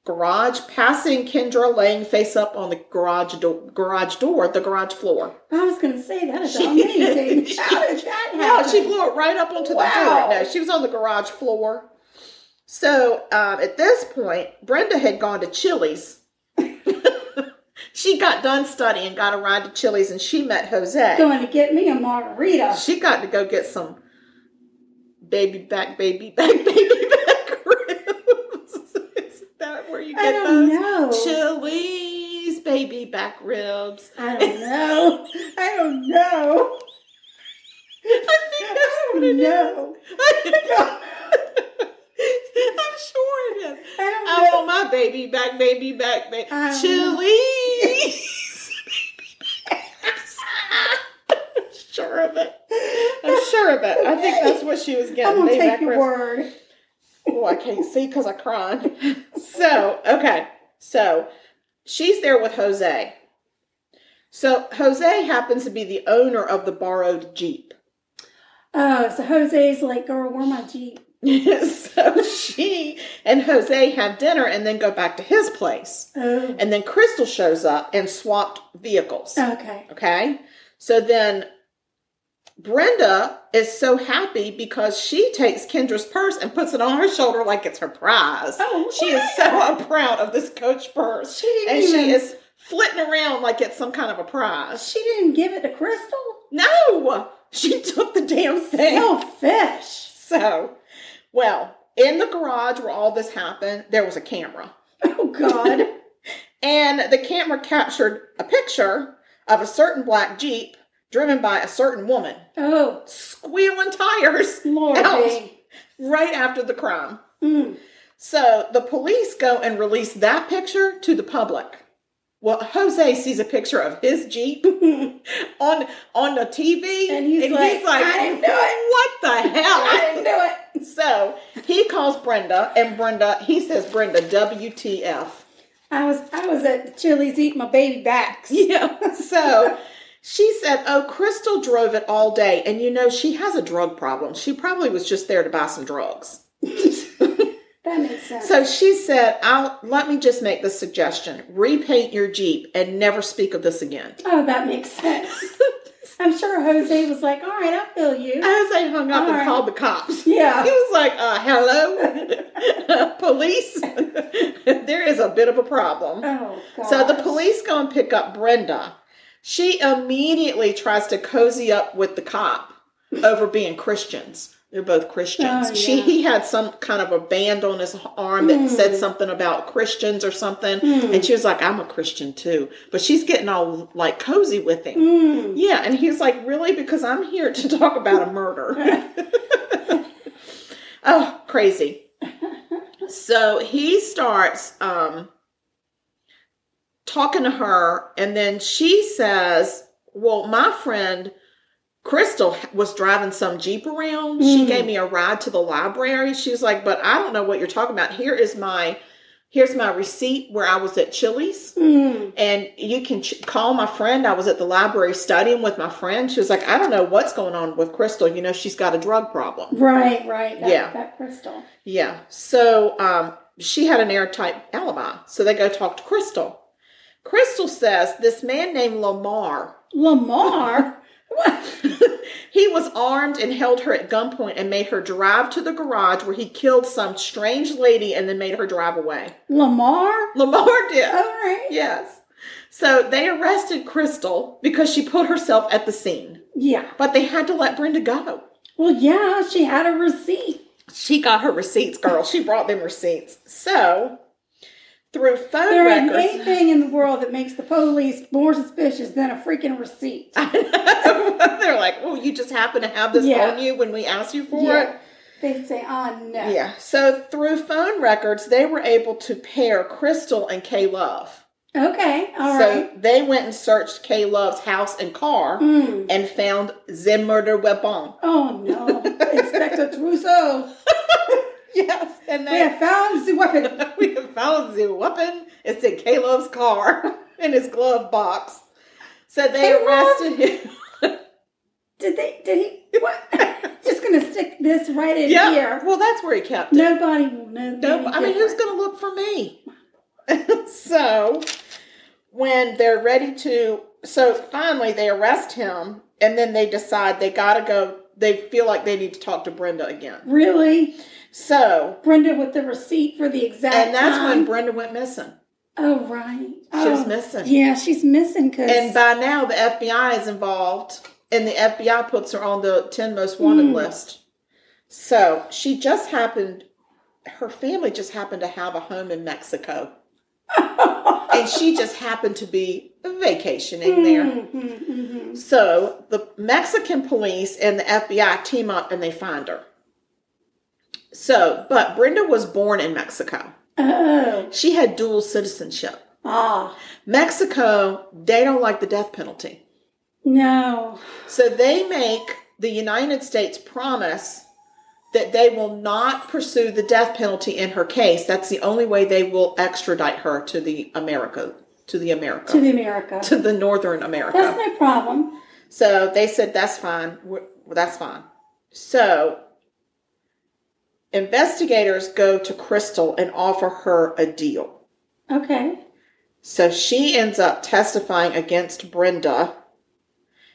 Speaker 1: garage, passing Kendra laying face up on the garage door, garage door, the garage floor.
Speaker 2: I was going to say that is
Speaker 1: She-
Speaker 2: amazing.
Speaker 1: she-
Speaker 2: How did that
Speaker 1: No,
Speaker 2: happen?
Speaker 1: she blew it right up onto
Speaker 2: Wow.
Speaker 1: the door. No, she was on the garage floor. So um, at this point, Brenda had gone to Chili's. she got done studying, got a ride to Chili's, and she met Jose.
Speaker 2: going to get me a margarita.
Speaker 1: She got to go get some baby back, baby back, baby back ribs. Is that where you get
Speaker 2: I don't
Speaker 1: those?
Speaker 2: know.
Speaker 1: Chili's baby back ribs.
Speaker 2: I don't know. I don't know.
Speaker 1: I think that's
Speaker 2: I
Speaker 1: what it
Speaker 2: don't
Speaker 1: is.
Speaker 2: know.
Speaker 1: I'm sure it is.
Speaker 2: I don't
Speaker 1: I
Speaker 2: know.
Speaker 1: want my baby back, baby back, baby.
Speaker 2: I don't
Speaker 1: Chili's. sure of it. I'm sure of it. I think that's what she was getting.
Speaker 2: I'm gonna
Speaker 1: Baby
Speaker 2: take
Speaker 1: back
Speaker 2: your
Speaker 1: ribs.
Speaker 2: word.
Speaker 1: Oh, I can't see because I cried. So, okay. So she's there with Jose. So Jose happens to be the owner of the borrowed Jeep.
Speaker 2: Oh, so Jose's like, girl, where my Jeep?
Speaker 1: so she and Jose have dinner and then go back to his place.
Speaker 2: Oh,
Speaker 1: And then Crystal shows up and swapped vehicles.
Speaker 2: okay.
Speaker 1: Okay. So then Brenda is so happy because she takes Kendra's purse and puts it on her shoulder like it's her prize.
Speaker 2: Oh,
Speaker 1: She is so proud of this coach purse.
Speaker 2: She didn't
Speaker 1: and
Speaker 2: even.
Speaker 1: she is flitting around like it's some kind of a prize.
Speaker 2: she didn't give it to Crystal.
Speaker 1: No, she took the damn thing.
Speaker 2: Selfish.
Speaker 1: So, well, in the garage where all this happened, there was a camera.
Speaker 2: Oh God.
Speaker 1: And the camera captured a picture of a certain black Jeep driven by a certain woman,
Speaker 2: Oh
Speaker 1: squealing tires
Speaker 2: Lordy.
Speaker 1: right after the crime.
Speaker 2: Mm.
Speaker 1: So the police go and release that picture to the public. Well, Jose sees a picture of his Jeep on on the TV,
Speaker 2: And he's like, "I didn't do
Speaker 1: "What the hell?
Speaker 2: I didn't do it.
Speaker 1: So he calls Brenda, and Brenda, he says, Brenda, WTF.
Speaker 2: I was I was at the Chili's eating my baby backs.
Speaker 1: Yeah. So she said, Oh, Crystal drove it all day. And you know, she has a drug problem. She probably was just there to buy some drugs.
Speaker 2: That makes sense.
Speaker 1: So she said, I'll let me just make this suggestion repaint your Jeep and never speak of this again.
Speaker 2: oh, that makes sense. I'm sure Jose was like, all right, I feel you.
Speaker 1: As I hung up
Speaker 2: All
Speaker 1: and
Speaker 2: right.
Speaker 1: called the cops, he
Speaker 2: Yeah.
Speaker 1: was like, uh, Hello. police, there is a bit of a problem.
Speaker 2: Oh, gosh.
Speaker 1: So the police go and pick up Brenda. She immediately tries to cozy up with the cop over being Christians. They're both Christians.
Speaker 2: Oh,
Speaker 1: She
Speaker 2: yeah. Hmm.
Speaker 1: he had some kind of a band on his arm that said something about Christians or something, and she was like, "I'm a Christian too," but she's getting all like cozy with him.
Speaker 2: Mm.
Speaker 1: Yeah, and he's like, "Really? Because I'm here to talk about a murder." oh, crazy. So he starts um talking to her and then she says, "Well, my friend Crystal was driving some Jeep around. She
Speaker 2: Mhm.
Speaker 1: gave me a ride to the library." She's like, "But I don't know what you're talking about. Here is my here's my receipt where I was at Chili's."
Speaker 2: Mm.
Speaker 1: and you can ch- call my friend. I was at the library studying with my friend. She was like, I don't know what's going on with Crystal. You know, she's got a drug problem.
Speaker 2: Right, right. That,
Speaker 1: Yeah.
Speaker 2: That crystal.
Speaker 1: Yeah. So um, she had an airtight alibi. So they go talk to Crystal. Crystal says, This man named Lamar,
Speaker 2: Lamar?
Speaker 1: he was armed and held her at gunpoint and made her drive to the garage where he killed some strange lady and then made her drive away.
Speaker 2: Lamar?
Speaker 1: Lamar did.
Speaker 2: All right.
Speaker 1: Yes. So they arrested Crystal because she put herself at the scene.
Speaker 2: Yeah.
Speaker 1: But they had to let Brenda go.
Speaker 2: Well, yeah, she had a receipt.
Speaker 1: She got her receipts, girl. She brought them receipts. So through phone
Speaker 2: There ain't
Speaker 1: records,
Speaker 2: anything in the world that makes the police more suspicious than a freaking receipt.
Speaker 1: they're like, "Well, you just happen to have this
Speaker 2: Yeah.
Speaker 1: on you when we asked you for
Speaker 2: Yeah.
Speaker 1: it."
Speaker 2: They say, oh, no.
Speaker 1: Yeah. So through phone records, they were able to pair Crystal and K Love.
Speaker 2: Okay, all
Speaker 1: so
Speaker 2: right.
Speaker 1: they went and searched K Love's house and car
Speaker 2: Mm.
Speaker 1: and found the murder weapon.
Speaker 2: Oh, no. Inspector Trousseau,
Speaker 1: Yes, and
Speaker 2: we have found the weapon.
Speaker 1: we have found the weapon. It's in Caleb's car in his glove box. So they
Speaker 2: Caleb?
Speaker 1: arrested him.
Speaker 2: Did they, did he, what? Just going to stick this right in
Speaker 1: Yeah.
Speaker 2: here.
Speaker 1: Well, that's where he kept it.
Speaker 2: Nobody will know.
Speaker 1: No, I mean, who's going to look for me? so when they're ready to, so finally they arrest him, and then they decide they got to go. They feel like they need to talk to Brenda again.
Speaker 2: Really?
Speaker 1: So,
Speaker 2: Brenda with the receipt for the exact
Speaker 1: and that's
Speaker 2: time.
Speaker 1: when Brenda went missing.
Speaker 2: Oh, right. She
Speaker 1: was missing.
Speaker 2: Yeah, she's missing because.
Speaker 1: And by now, the FBI is involved, and the FBI puts her on the 10 most wanted list. So she just happened, her family just happened to have a home in Mexico. and she just happened to be vacationing
Speaker 2: Mm.
Speaker 1: there.
Speaker 2: mm-hmm.
Speaker 1: So the Mexican police and the FBI team up and they find her. So, but Brenda was born in Mexico.
Speaker 2: oh,
Speaker 1: She had dual citizenship.
Speaker 2: ah,
Speaker 1: Mexico, they don't like the death penalty.
Speaker 2: no.
Speaker 1: So they make the United States promise that they will not pursue the death penalty in her case. That's the only way they will extradite her to the America, to the America,
Speaker 2: To the America.
Speaker 1: to the Northern
Speaker 2: That's
Speaker 1: America.
Speaker 2: no problem.
Speaker 1: So they said that's fine. We're- well, that's fine. So investigators go to Crystal and offer her a deal.
Speaker 2: Okay.
Speaker 1: So she ends up testifying against Brenda,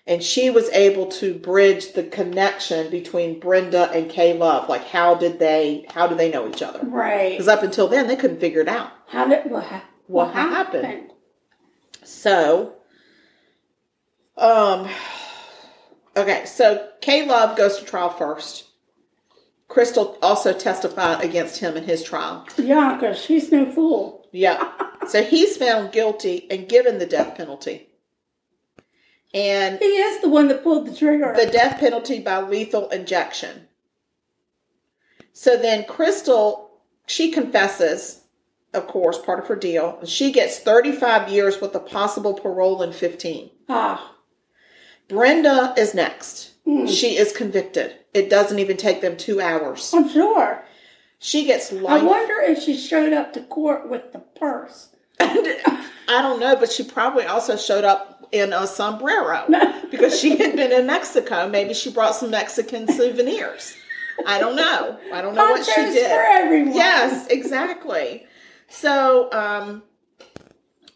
Speaker 1: and she was able to bridge the connection between Brenda and K Love. Like, how did they? How do they know each other?
Speaker 2: Right.
Speaker 1: Because up until then, they couldn't figure it out.
Speaker 2: How did what, hap-
Speaker 1: What happened? So, um, okay. So K Love goes to trial first. Crystal also testified against him in his trial.
Speaker 2: Yeah, because she's no fool.
Speaker 1: Yeah. So he's found guilty and given the death penalty. And
Speaker 2: He is the one that pulled the trigger.
Speaker 1: the death penalty by lethal injection. So then Crystal, she confesses, of course, part of her deal. She gets 35 years with a possible parole in 15.
Speaker 2: ah,
Speaker 1: Brenda is next.
Speaker 2: Hmm.
Speaker 1: She is convicted. It doesn't even take them two hours.
Speaker 2: I'm sure.
Speaker 1: She gets
Speaker 2: I
Speaker 1: life.
Speaker 2: wonder if she showed up to court with the purse.
Speaker 1: I don't know, but she probably also showed up in a sombrero because she had been in Mexico. Maybe she brought some Mexican souvenirs. I don't know. I don't know what she
Speaker 2: Ponchos
Speaker 1: did.
Speaker 2: for everyone.
Speaker 1: Yes, exactly. So um,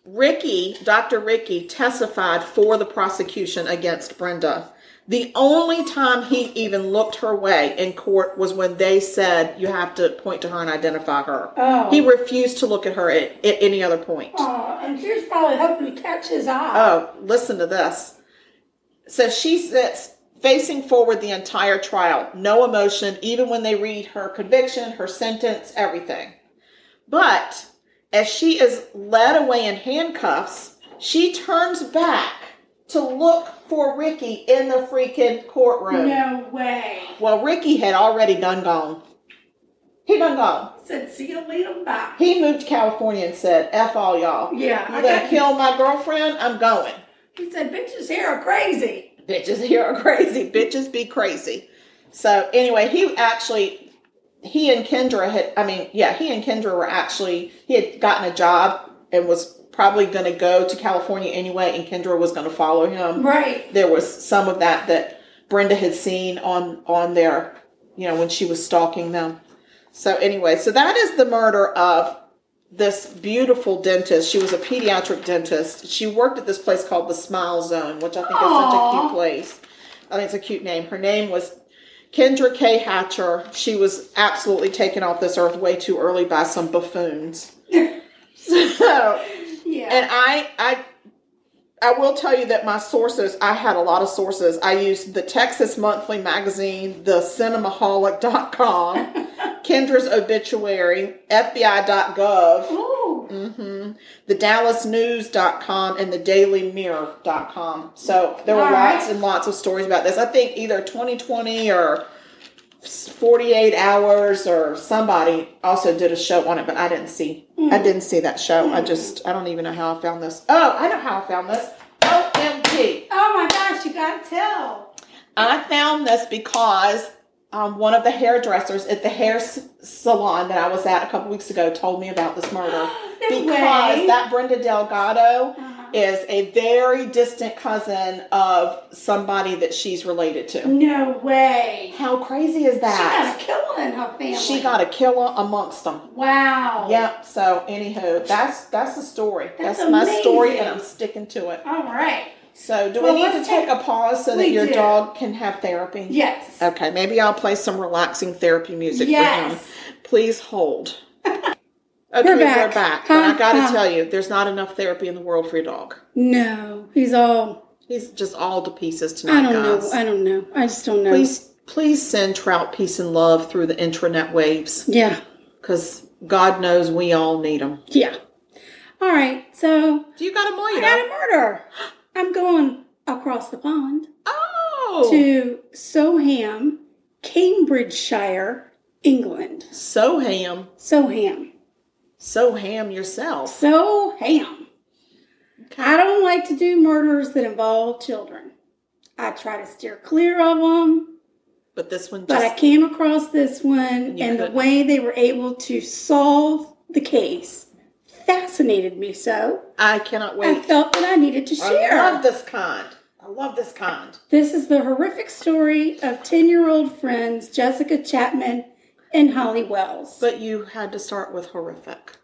Speaker 1: Ricky, Dr. Ricky, testified for the prosecution against Brenda. The only time he even looked her way in court was when they said, You have to point to her and identify her.
Speaker 3: Oh.
Speaker 1: He refused to look at her at, at any other point.
Speaker 3: Oh, and she's probably hoping to catch his eye.
Speaker 1: Oh, listen to this. So she sits facing forward the entire trial, no emotion, even when they read her conviction, her sentence, everything. But as she is led away in handcuffs, she turns back to look for Ricky in the freaking courtroom.
Speaker 3: No way.
Speaker 1: Well, Ricky had already done gone. He done gone.
Speaker 3: Said, see you later, bye.
Speaker 1: He moved to California and said, F all y'all.
Speaker 3: Yeah,
Speaker 1: You're
Speaker 3: I
Speaker 1: gonna
Speaker 3: got you.
Speaker 1: kill my girlfriend? I'm going.
Speaker 3: He said, bitches here are crazy.
Speaker 1: bitches here are crazy. Bitches be crazy. So anyway, he actually he and Kendra had I mean, yeah, he and Kendra were actually he had gotten a job and was probably gonna go to California anyway and Kendra was gonna follow him.
Speaker 3: Right.
Speaker 1: There was some of that that Brenda had seen on on their you know, when she was stalking them. So anyway, so that is the murder of this beautiful dentist. She was a pediatric dentist. She worked at this place called the Smile Zone, which I think is such a
Speaker 3: Aw.
Speaker 1: cute place. I think it's a cute name. Her name was Kendra K. Hatcher. She was absolutely taken off this earth way too early by some buffoons. so,
Speaker 3: Yeah.
Speaker 1: and I, I, I will tell you that my sources. I had a lot of sources. I used the Texas Monthly magazine, the Cinemaholic.com, Kendra's obituary, FBI.gov,
Speaker 3: Ooh. Oh
Speaker 1: Mm-hmm. The DallasNews.com and the DailyMirror.com. So there were
Speaker 3: All right.
Speaker 1: lots and lots of stories about this. I think either 2020 or 48 hours or somebody also did a show on it, but I didn't see. I
Speaker 3: Hmm.
Speaker 1: didn't see that show. I just I don't even know how I found this. Oh, I know how I found this. OMG.
Speaker 3: Oh my gosh, you gotta tell.
Speaker 1: I found this because um, one of the hairdressers at the hair s- salon that I was at a couple weeks ago told me about this murder. because
Speaker 3: way.
Speaker 1: that Brenda Delgado
Speaker 3: Uh-huh.
Speaker 1: is a very distant cousin of somebody that she's related to.
Speaker 3: No way.
Speaker 1: How crazy is
Speaker 3: She got
Speaker 1: that?
Speaker 3: a killer in her family.
Speaker 1: She got a killer amongst them.
Speaker 3: Wow.
Speaker 1: Yep. So, anywho, that's that's the story.
Speaker 3: That's
Speaker 1: my story, and
Speaker 3: amazing.
Speaker 1: I'm sticking to it.
Speaker 3: All right.
Speaker 1: So, do
Speaker 3: Well,
Speaker 1: we need to
Speaker 3: let's
Speaker 1: take a pause so that
Speaker 3: We
Speaker 1: your
Speaker 3: do.
Speaker 1: dog can have therapy?
Speaker 3: Yes.
Speaker 1: Okay, maybe I'll play some relaxing therapy music
Speaker 3: Yes.
Speaker 1: for him. Please hold. Okay,
Speaker 2: We're back.
Speaker 1: But I
Speaker 2: Huh,
Speaker 1: gotta
Speaker 2: huh.
Speaker 1: tell you, there's not enough therapy in the world for your dog.
Speaker 2: No, he's all.
Speaker 1: He's just all to pieces tonight,
Speaker 2: I don't know.
Speaker 1: guys.
Speaker 2: I don't know. I just don't know.
Speaker 1: Please, please send Trout peace and love through the intranet waves,
Speaker 2: Yeah.
Speaker 1: because God knows we all need them.
Speaker 2: Yeah. All right. So
Speaker 1: Do you got a
Speaker 2: I
Speaker 1: moita?
Speaker 2: got a murder. I'm going across the pond
Speaker 1: Oh,
Speaker 2: to Soham, Cambridgeshire, England.
Speaker 1: so ham,
Speaker 2: Soham.
Speaker 1: so ham yourself.
Speaker 2: Soham. I don't like to do murders that involve children. I try to steer clear of them.
Speaker 1: But this one
Speaker 2: But I
Speaker 1: just
Speaker 2: came across this one,
Speaker 1: You
Speaker 2: and the
Speaker 1: couldn't.
Speaker 2: way they were able to solve the case fascinated me so.
Speaker 1: I, cannot
Speaker 2: I
Speaker 1: wait.
Speaker 2: felt that I needed to share.
Speaker 1: I love this kind. I love this kind.
Speaker 2: This is the horrific story of 10 year old friends Jessica Chapman and Holly Wells,
Speaker 1: But you had to start with horrific.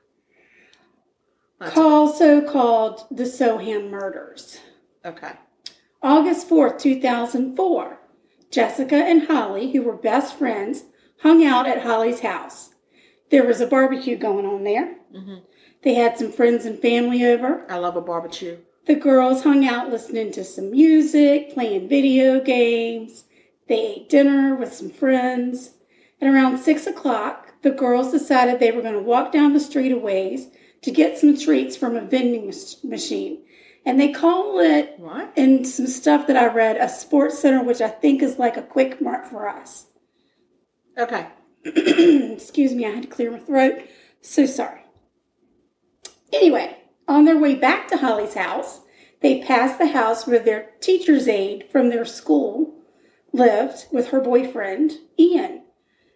Speaker 1: That's
Speaker 2: also called the Soham Murders.
Speaker 1: okay.
Speaker 2: August 4th, 2004, Jessica and Holly, who were best friends, hung out at Holly's house. There was a barbecue going on there. They had some friends and family over.
Speaker 1: I love a barbecue.
Speaker 2: The girls hung out listening to some music, playing video games. They ate dinner with some friends. At around 6 o'clock, the girls decided they were going to walk down the street a ways to get some treats from a vending mach- machine. And they call it
Speaker 1: What?
Speaker 2: and some stuff that I read, a sports center, which I think is like a quick mart for us.
Speaker 1: Okay.
Speaker 2: Excuse me, I had to clear my throat. So sorry. Anyway, on their way back to Holly's house, they passed the house where their teacher's aide from their school lived with her boyfriend, Ian.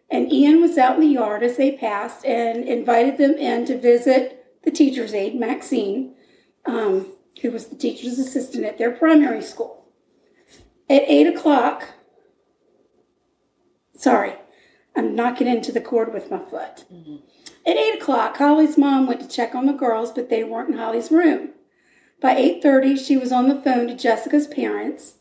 Speaker 2: And Ian was out in the yard as they passed and invited them in to visit the teacher's aide, Maxine, um, who was the teacher's assistant at their primary school. At 8 o'clock, sorry, I'm knocking into the cord with my foot. At 8 o'clock, Holly's mom went to check on the girls, but they weren't in Holly's room. By 8:30, she was on the phone to Jessica's parents.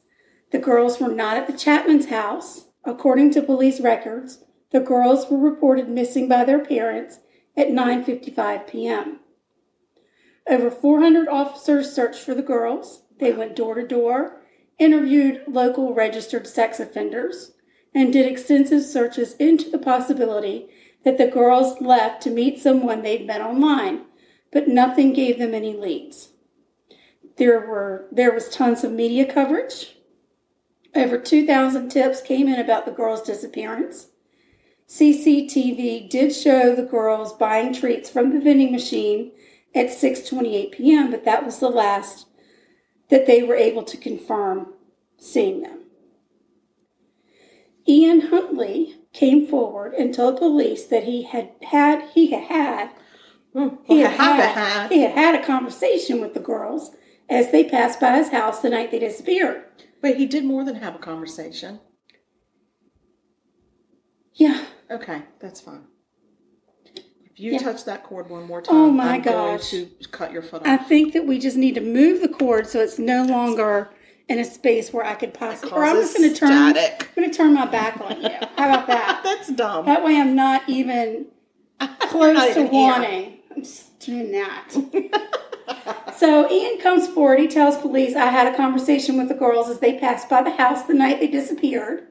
Speaker 2: The girls were not at the Chapman's house. According to police records, the girls were reported missing by their parents at 9:55 p.m. Over 400 officers searched for the girls. They went door to door, interviewed local registered sex offenders, and did extensive searches into the possibility that the girls left to meet someone they'd met online, but nothing gave them any leads. There were there was tons of media coverage. Over 2,000 tips came in about the girls' disappearance. CCTV did show the girls buying treats from the vending machine at 6:28 p.m., but that was the last that they were able to confirm seeing them. Ian Huntley came forward and told police that he had had he had had he had had, he had had a conversation with the girls as they passed by his house the night they disappeared.
Speaker 1: Wait, he did more than have a conversation.
Speaker 2: Yeah.
Speaker 1: Okay, that's fine. If you
Speaker 2: Yeah.
Speaker 1: touch that cord one more time,
Speaker 2: Oh my
Speaker 1: I'm going
Speaker 2: gosh.
Speaker 1: to cut your foot off.
Speaker 2: I think that we just need to move the cord so it's no longer in a space where I could possibly. Or I'm
Speaker 1: causes
Speaker 2: just going to turn.
Speaker 1: static.
Speaker 2: I'm going to turn my back on you. How about that?
Speaker 1: That's dumb.
Speaker 2: That way, I'm not even
Speaker 1: You're
Speaker 2: close
Speaker 1: Um, not
Speaker 2: to
Speaker 1: even here.
Speaker 2: wanting. I'm just doing that. so Ian comes forward. He tells police, "I had a conversation with the girls as they passed by the house the night they disappeared."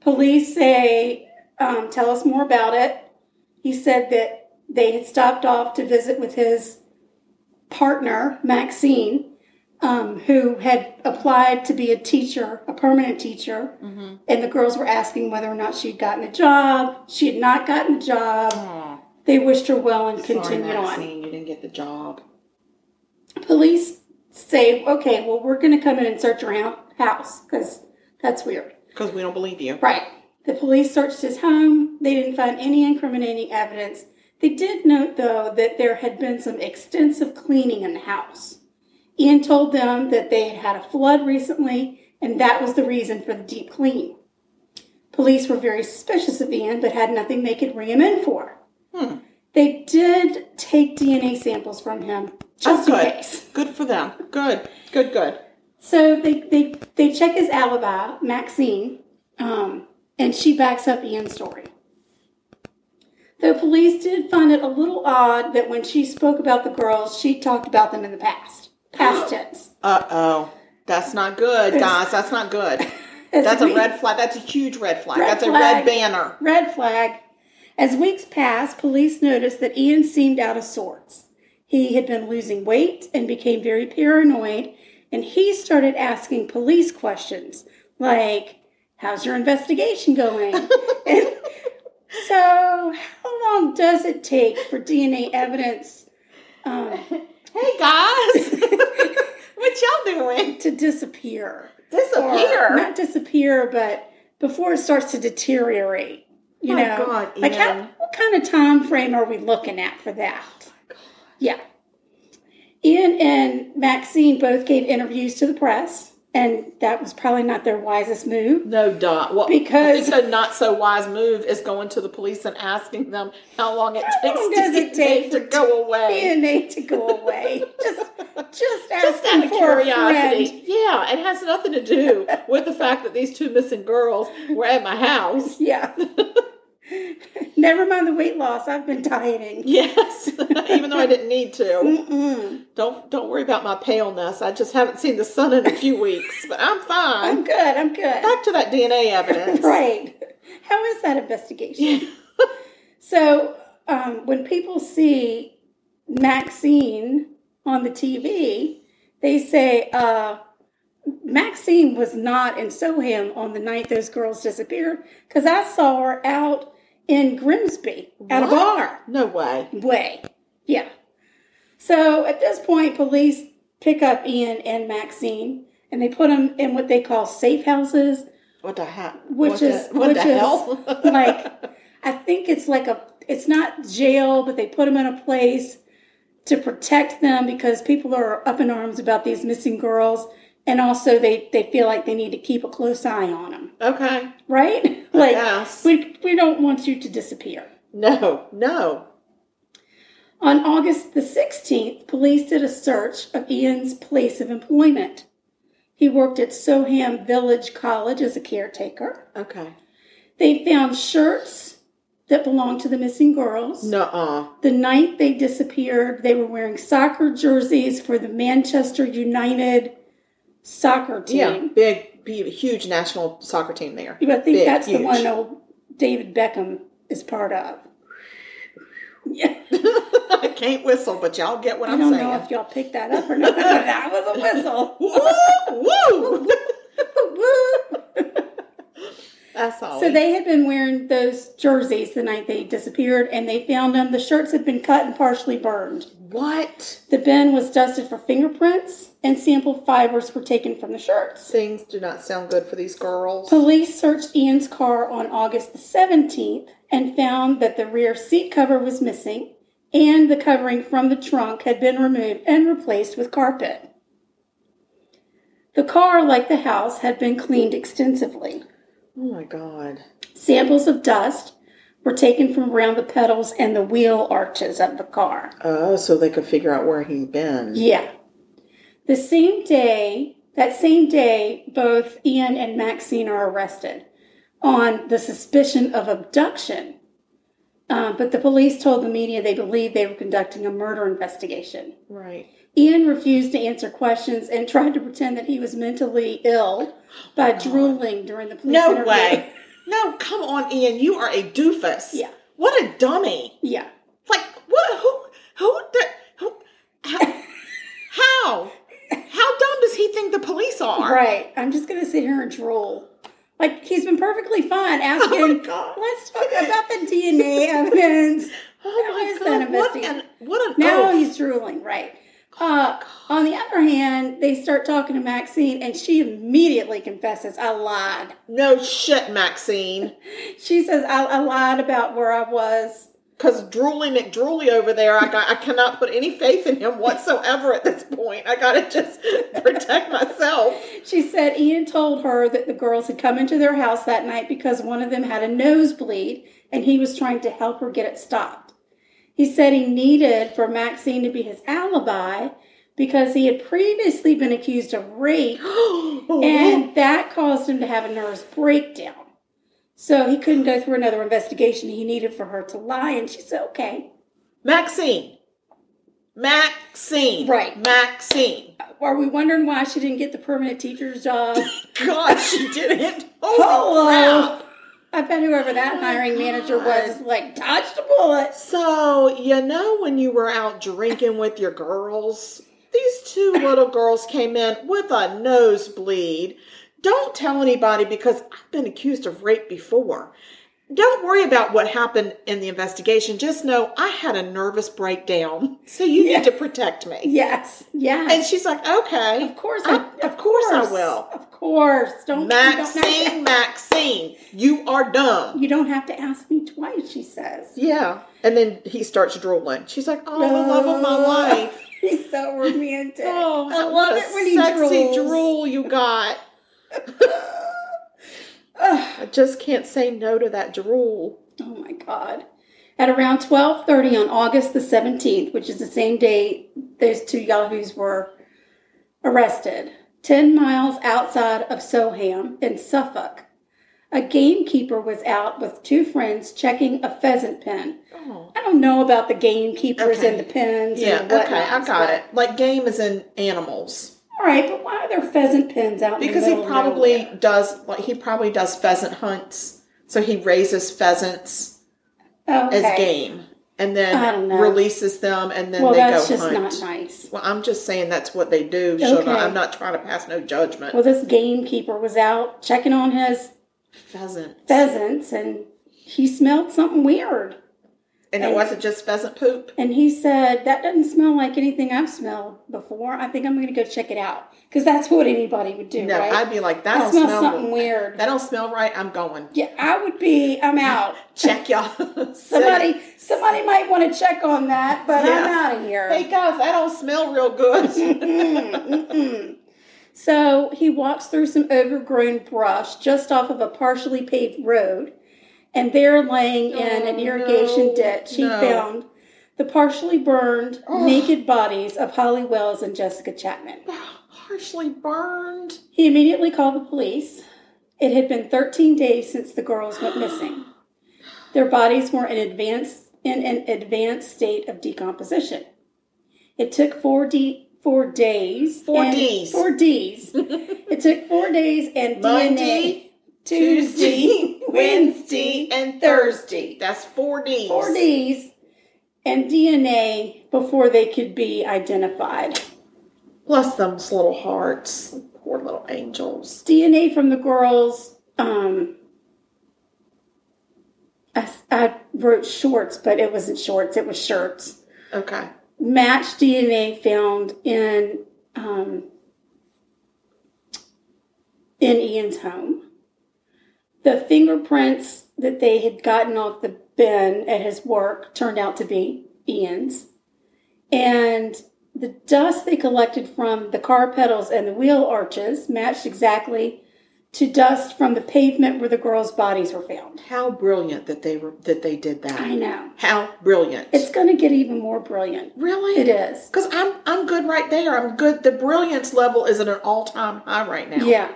Speaker 2: Police say, um, "Tell us more about it." He said that they had stopped off to visit with his partner Maxine, um, who had applied to be a teacher, a permanent teacher,
Speaker 1: Mm-hmm.
Speaker 2: and the girls were asking whether or not she'd gotten a job. She had not gotten a job.
Speaker 1: Aw,
Speaker 2: They wished her well and
Speaker 1: sorry,
Speaker 2: continued on.
Speaker 1: Maxine, you didn't get the job.
Speaker 2: Police say, okay, well, we're going to come in and search your hou- house because that's weird.
Speaker 1: Because we don't believe you.
Speaker 2: Right. The police searched his home. They didn't find any incriminating evidence. They did note, though, that there had been some extensive cleaning in the house. Ian told them that they had had a flood recently, and that was the reason for the deep clean. Police were very suspicious of Ian, but had nothing they could ring him in for.
Speaker 1: Hmm.
Speaker 2: They did take DNA samples from him just
Speaker 1: Oh,
Speaker 2: in
Speaker 1: good.
Speaker 2: case.
Speaker 1: Good for them. Good. Good, good.
Speaker 2: So they, they, they check his alibi, Maxine, um, and she backs up Ian's story. Though police did find it a little odd that when she spoke about the girls, she talked about them in the past, past tense.
Speaker 1: Uh oh. That's not good, guys. That's not good.
Speaker 2: As
Speaker 1: That's a
Speaker 2: we-
Speaker 1: red flag. That's a huge red flag.
Speaker 2: Red
Speaker 1: That's a red
Speaker 2: flag.
Speaker 1: banner.
Speaker 2: Red flag. As weeks passed, police noticed that Ian seemed out of sorts. He had been losing weight and became very paranoid, and he started asking police questions like, How's your investigation going? and so, how long does it take for DNA evidence um,
Speaker 1: Hey guys. what y'all doing?
Speaker 2: to disappear? Or
Speaker 1: Disappear.
Speaker 2: not disappear, but before it starts to deteriorate. You
Speaker 1: Oh,
Speaker 2: know,
Speaker 1: God,
Speaker 2: like how,
Speaker 1: Ian. Oh
Speaker 2: what kind of time frame are we looking at for that? Yeah. Ian and Maxine both gave interviews to the press, and that was probably not their wisest move.
Speaker 1: No, duh. Well,
Speaker 2: Because-
Speaker 1: I think a not so wise move is going to the police and asking them how long it takes
Speaker 2: long
Speaker 1: to,
Speaker 2: does it take
Speaker 1: to
Speaker 2: to-
Speaker 1: go away.
Speaker 2: DNA to go away. just, just
Speaker 1: Just
Speaker 2: asking
Speaker 1: out of
Speaker 2: for A friend.
Speaker 1: curiosity. Yeah, it has nothing to do with the fact that these two missing girls were at my house.
Speaker 2: Yeah. Never mind the weight loss. I've been dieting.
Speaker 1: Yes, even though I didn't need to.
Speaker 2: Mm-mm.
Speaker 1: Don't don't worry about my paleness. I just haven't seen the sun in a few weeks, but I'm
Speaker 2: I'm
Speaker 1: fine.
Speaker 2: good. I'm good.
Speaker 1: Back to that DNA evidence.
Speaker 2: Right. How is that investigation? so um, when people see Maxine on the TV, they say uh, Maxine was not in Soham on the night those girls disappeared because I saw her out in Grimsby at a
Speaker 1: What?
Speaker 2: bar
Speaker 1: No way.
Speaker 2: way. Yeah. So at this point, police pick up Ian and Maxine and they put them in what they call safe houses
Speaker 1: What the heck?
Speaker 2: which
Speaker 1: what
Speaker 2: is
Speaker 1: the, what
Speaker 2: which
Speaker 1: the
Speaker 2: is
Speaker 1: hell?
Speaker 2: like I think it's like a it's not jail, but they put them in a place to protect them because people are up in arms about these missing girls, and also they they feel like they need to keep a close eye on them,
Speaker 1: okay.
Speaker 2: right? Like
Speaker 1: Yes.
Speaker 2: we we don't want you to disappear.
Speaker 1: No, no.
Speaker 2: On August the 16th, police did a search of Ian's place of employment. He worked at Soham Village College as a caretaker.
Speaker 1: Okay.
Speaker 2: They found shirts that belonged to the missing girls.
Speaker 1: Nuh-uh.
Speaker 2: The night they disappeared, they were wearing soccer jerseys for the Manchester United soccer team.
Speaker 1: Yeah, big, big, huge national soccer team there.
Speaker 2: But I think
Speaker 1: Big,
Speaker 2: that's the
Speaker 1: huge.
Speaker 2: one old David Beckham is part of. Yeah,
Speaker 1: I can't whistle, but y'all get what
Speaker 2: I
Speaker 1: I'm
Speaker 2: don't
Speaker 1: saying.
Speaker 2: know if y'all picked that up or not, but that was a whistle.
Speaker 1: Woo! That's all.
Speaker 2: so they had been wearing those jerseys the night they disappeared, and they found them. The shirts had been cut and partially burned.
Speaker 1: what
Speaker 2: The bin was dusted for fingerprints, and sample fibers were taken from the shirts.
Speaker 1: things do not sound good for these girls.
Speaker 2: Police searched Ian's car on August the 17th and found that the rear seat cover was missing and the covering from the trunk had been removed and replaced with carpet. The car, like the house, had been cleaned extensively.
Speaker 1: Oh my god.
Speaker 2: Samples of dust were taken from around the pedals and the wheel arches of the car.
Speaker 1: Oh, so they could figure out where he'd been.
Speaker 2: Yeah. The same day, that same day, both Ian and Maxine are arrested on the suspicion of abduction. Um, but the police told the media they believed they were conducting a murder investigation.
Speaker 1: Right.
Speaker 2: Ian refused to answer questions and tried to pretend that he was mentally ill by drooling during the police
Speaker 1: No
Speaker 2: interview.
Speaker 1: way. No, come on, Ian. You are a doofus.
Speaker 2: Yeah.
Speaker 1: What a dummy.
Speaker 2: Yeah.
Speaker 1: Like what? Who? Who? The, who? How? how? How dumb does he think the police are?
Speaker 2: Right. I'm just gonna sit here and drool. Like he's been perfectly fine asking.
Speaker 1: Oh my God.
Speaker 2: Let's talk about the DNA evidence.
Speaker 1: Oh
Speaker 2: Is
Speaker 1: my god.
Speaker 2: that
Speaker 1: What an
Speaker 2: investigating?
Speaker 1: what an
Speaker 2: Now
Speaker 1: oaf.
Speaker 2: he's drooling. Right. Uh, on the other hand, they start talking to Maxine, and she immediately confesses, "I lied."
Speaker 1: No shit, Maxine.
Speaker 2: She says, "I, I lied about where I was."
Speaker 1: Because drooly McDrooly over there, I, got, I cannot put any faith in him whatsoever at this point. I gotta just protect myself.
Speaker 2: She said Ian told her that the girls had come into their house that night because one of them had a nosebleed and he was trying to help her get it stopped. He said he needed for Maxine to be his alibi because he had previously been accused of rape and that caused him to have a nervous breakdown. So he couldn't go through another investigation he needed for her to lie and she said, "Okay,
Speaker 1: Maxine. Maxine.
Speaker 2: Right.
Speaker 1: Maxine.
Speaker 2: are we wondering why she didn't get the permanent teacher's job?"
Speaker 1: God, she didn't.
Speaker 2: Hello.
Speaker 1: Oh, crap.
Speaker 2: I bet whoever that
Speaker 1: Oh
Speaker 2: hiring manager was is like dodged a bullet.
Speaker 1: So, you know, when you were out drinking with your girls, these two little girls came in with a nosebleed. Don't tell anybody because I've been accused of rape before. Don't worry about what happened in the investigation. Just know I had a nervous breakdown. So you
Speaker 2: Yeah.
Speaker 1: need to protect me.
Speaker 2: Yes, yes.
Speaker 1: And she's like, okay.
Speaker 2: of course,
Speaker 1: I,
Speaker 2: I,
Speaker 1: of course I will.
Speaker 2: Of course, don't You don't,
Speaker 1: Maxine,
Speaker 2: have to,
Speaker 1: Maxine, you are dumb.
Speaker 2: you don't have to ask me twice. She says.
Speaker 1: Yeah. And then he starts drooling. She's like, oh, the love of my
Speaker 2: No.
Speaker 1: life.
Speaker 2: He's so romantic.
Speaker 1: Oh,
Speaker 2: I
Speaker 1: what
Speaker 2: love
Speaker 1: a
Speaker 2: it when he
Speaker 1: sexy
Speaker 2: drools.
Speaker 1: drool you got. I just can't say no to that drool.
Speaker 2: Oh my god. At around 12:30 on August the 17th, which is the same day those two yahoos were arrested, 10 miles outside of Soham in Suffolk, a gamekeeper was out with two friends checking a pheasant pen.
Speaker 1: Oh.
Speaker 2: I don't know about the gamekeepers
Speaker 1: Okay.
Speaker 2: and the pens.
Speaker 1: Yeah,
Speaker 2: and the
Speaker 1: okay, I
Speaker 2: whatnots,
Speaker 1: got
Speaker 2: but-
Speaker 1: it. Like game is in animals
Speaker 2: All right, but why are there pheasant pens out?
Speaker 1: because he
Speaker 2: in the middle of
Speaker 1: probably
Speaker 2: nowhere?
Speaker 1: does. Like he probably does pheasant hunts, so he raises pheasants
Speaker 2: okay.
Speaker 1: as game and
Speaker 2: I
Speaker 1: then
Speaker 2: don't know.
Speaker 1: releases them, and then
Speaker 2: Well,
Speaker 1: they
Speaker 2: that's
Speaker 1: go
Speaker 2: just
Speaker 1: hunt.
Speaker 2: not nice.
Speaker 1: Well, I'm just saying that's what they do. Sugar.
Speaker 2: Okay.
Speaker 1: I'm not trying to pass no judgment.
Speaker 2: Well, this gamekeeper was out checking on his
Speaker 1: pheasant,
Speaker 2: pheasants and he smelled something weird.
Speaker 1: and it
Speaker 2: and-
Speaker 1: wasn't just pheasant poop.
Speaker 2: And he said, That doesn't smell like anything I've smelled before. I think I'm going to go check it out. Because that's what anybody would do,
Speaker 1: No,
Speaker 2: right?
Speaker 1: I'd be like that.
Speaker 2: I
Speaker 1: don't
Speaker 2: smell
Speaker 1: smell
Speaker 2: something weird.
Speaker 1: That don't smell right. I'm going.
Speaker 2: yeah, I would be, I'm out.
Speaker 1: Check y'all.
Speaker 2: Somebody somebody might want to check on that, but
Speaker 1: Yeah.
Speaker 2: I'm out of here.
Speaker 1: Hey guys, that don't smell real good.
Speaker 2: So he walks through some overgrown brush just off of a partially paved road, and there, laying in an
Speaker 1: Oh,
Speaker 2: irrigation
Speaker 1: no, Oh.
Speaker 2: ditch, he
Speaker 1: no.
Speaker 2: found the partially burned
Speaker 1: Ugh.
Speaker 2: naked bodies of Holly Wells and Jessica Chapman.
Speaker 1: Partially burned.
Speaker 2: He immediately called the police. It had been 13 days since the girls went missing. Their bodies were in advanced in an advanced state of decomposition. It took four D four days.
Speaker 1: Four
Speaker 2: and-
Speaker 1: Ds.
Speaker 2: Four D's. it took four days and
Speaker 1: Monday,
Speaker 2: DNA Tuesday, Wednesday,
Speaker 1: and
Speaker 2: Thursday.
Speaker 1: That's four D's.
Speaker 2: four D's and DNA before they could be identified.
Speaker 1: Bless those little hearts. Poor little angels.
Speaker 2: DNA from the girls. Um, I, I wrote shorts, but it wasn't shorts. It was shirts.
Speaker 1: Okay.
Speaker 2: Match DNA found in um, in Ian's home. The fingerprints that they had gotten off the bin at his work turned out to be Ian's, and the dust they collected from the car pedals and the wheel arches matched exactly to dust from the pavement where the girls' bodies were found.
Speaker 1: How brilliant that they were that they did that.
Speaker 2: I know.
Speaker 1: How brilliant.
Speaker 2: It's going to get even more brilliant.
Speaker 1: really
Speaker 2: It is.
Speaker 1: Because I'm I'm good right there. I'm good. The brilliance level is at an all time high right now.
Speaker 2: Yeah.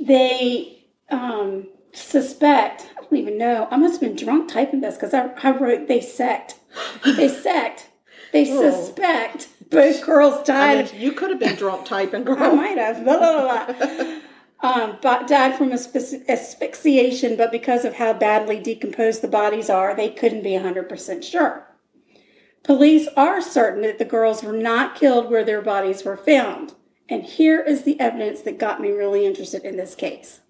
Speaker 2: They um, suspect, I don't even know, I must have been drunk typing this because I, I wrote they sect. They sect. They
Speaker 1: Oh.
Speaker 2: suspect both girls
Speaker 1: I
Speaker 2: died.
Speaker 1: mean, you could have been drunk typing,
Speaker 2: I
Speaker 1: girl.
Speaker 2: might have. Blah, blah, blah, blah. Um, but died from asphyx- asphyxiation, but because of how badly decomposed the bodies are, they couldn't be 100% sure. Police are certain that the girls were not killed where their bodies were found. And here is the evidence that got me really interested in this case.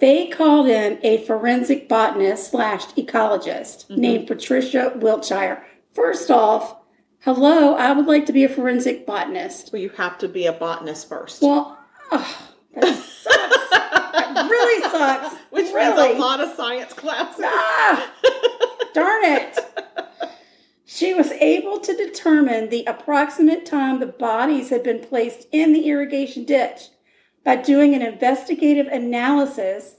Speaker 2: They called in a forensic botanist slash ecologist named Patricia Wiltshire. First off, hello, I would like to be a forensic botanist.
Speaker 1: Well, you have to be a botanist first,
Speaker 2: Well, oh, that sucks. that really sucks.
Speaker 1: which
Speaker 2: really?
Speaker 1: means a lot of science classes.
Speaker 2: Ah, darn it. She was able to determine the approximate time the bodies had been placed in the irrigation ditch by doing an investigative analysis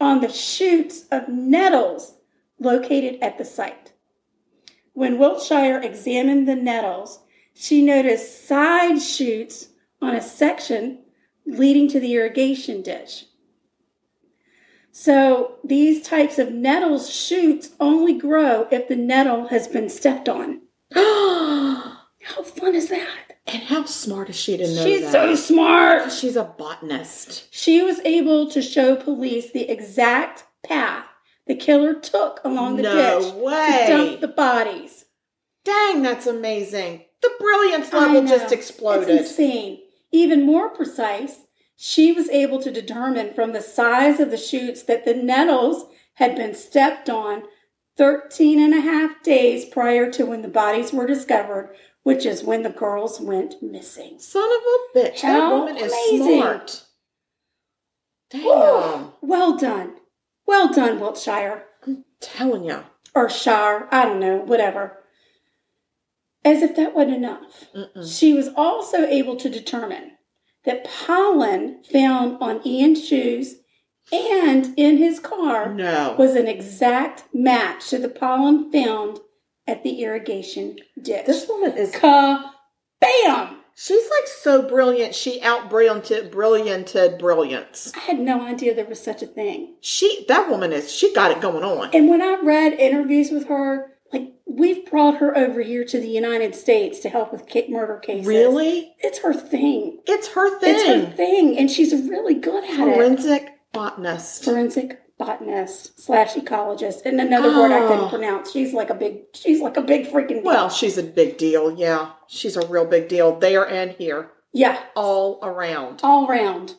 Speaker 2: on the shoots of nettles located at the site. When Wiltshire examined the nettles, she noticed side shoots on a section leading to the irrigation ditch. So these types of nettles shoots only grow if the nettle has been stepped on. How fun is that?
Speaker 1: and how smart is she to know
Speaker 2: She's so
Speaker 1: that?
Speaker 2: smart.
Speaker 1: She's a botanist.
Speaker 2: She was able to show police the exact path the killer took along the
Speaker 1: No
Speaker 2: ditch
Speaker 1: way.
Speaker 2: to dump the bodies.
Speaker 1: Dang, that's amazing. The brilliance
Speaker 2: I
Speaker 1: level
Speaker 2: know.
Speaker 1: just
Speaker 2: It's
Speaker 1: exploded.
Speaker 2: insane. Even more precise, she was able to determine from the size of the shoots that the nettles had been stepped on 13 and a half days prior to when the bodies were discovered, which is when the girls went missing.
Speaker 1: Son of a bitch. that
Speaker 2: How
Speaker 1: woman is
Speaker 2: amazing.
Speaker 1: smart. Damn.
Speaker 2: Whew. well done. Well done, Wiltshire.
Speaker 1: Telling you.
Speaker 2: Or Shire, I don't know, whatever. As if that wasn't enough.
Speaker 1: Mm-mm.
Speaker 2: She was also able to determine that pollen found on Ian's shoes and in his car
Speaker 1: No.
Speaker 2: was an exact match to the pollen found at the irrigation ditch.
Speaker 1: this woman is
Speaker 2: Ka bam!
Speaker 1: She's like so brilliant. She outbrillianted brillianted brilliance.
Speaker 2: I had no idea there was such a thing.
Speaker 1: She that woman is she got it going on.
Speaker 2: And when I read interviews with her, like we've brought her over here to the United States to help with ca- murder cases.
Speaker 1: Really?
Speaker 2: It's her thing.
Speaker 1: It's her thing.
Speaker 2: It's her thing, and she's really good at it.
Speaker 1: Forensic botanist.
Speaker 2: forensic botanist slash ecologist and another word i
Speaker 1: Oh.
Speaker 2: couldn't pronounce she's like a big she's like a big freaking deal.
Speaker 1: Well, she's a big deal, yeah. She's a real big deal there and here.
Speaker 2: yeah
Speaker 1: All around.
Speaker 2: all round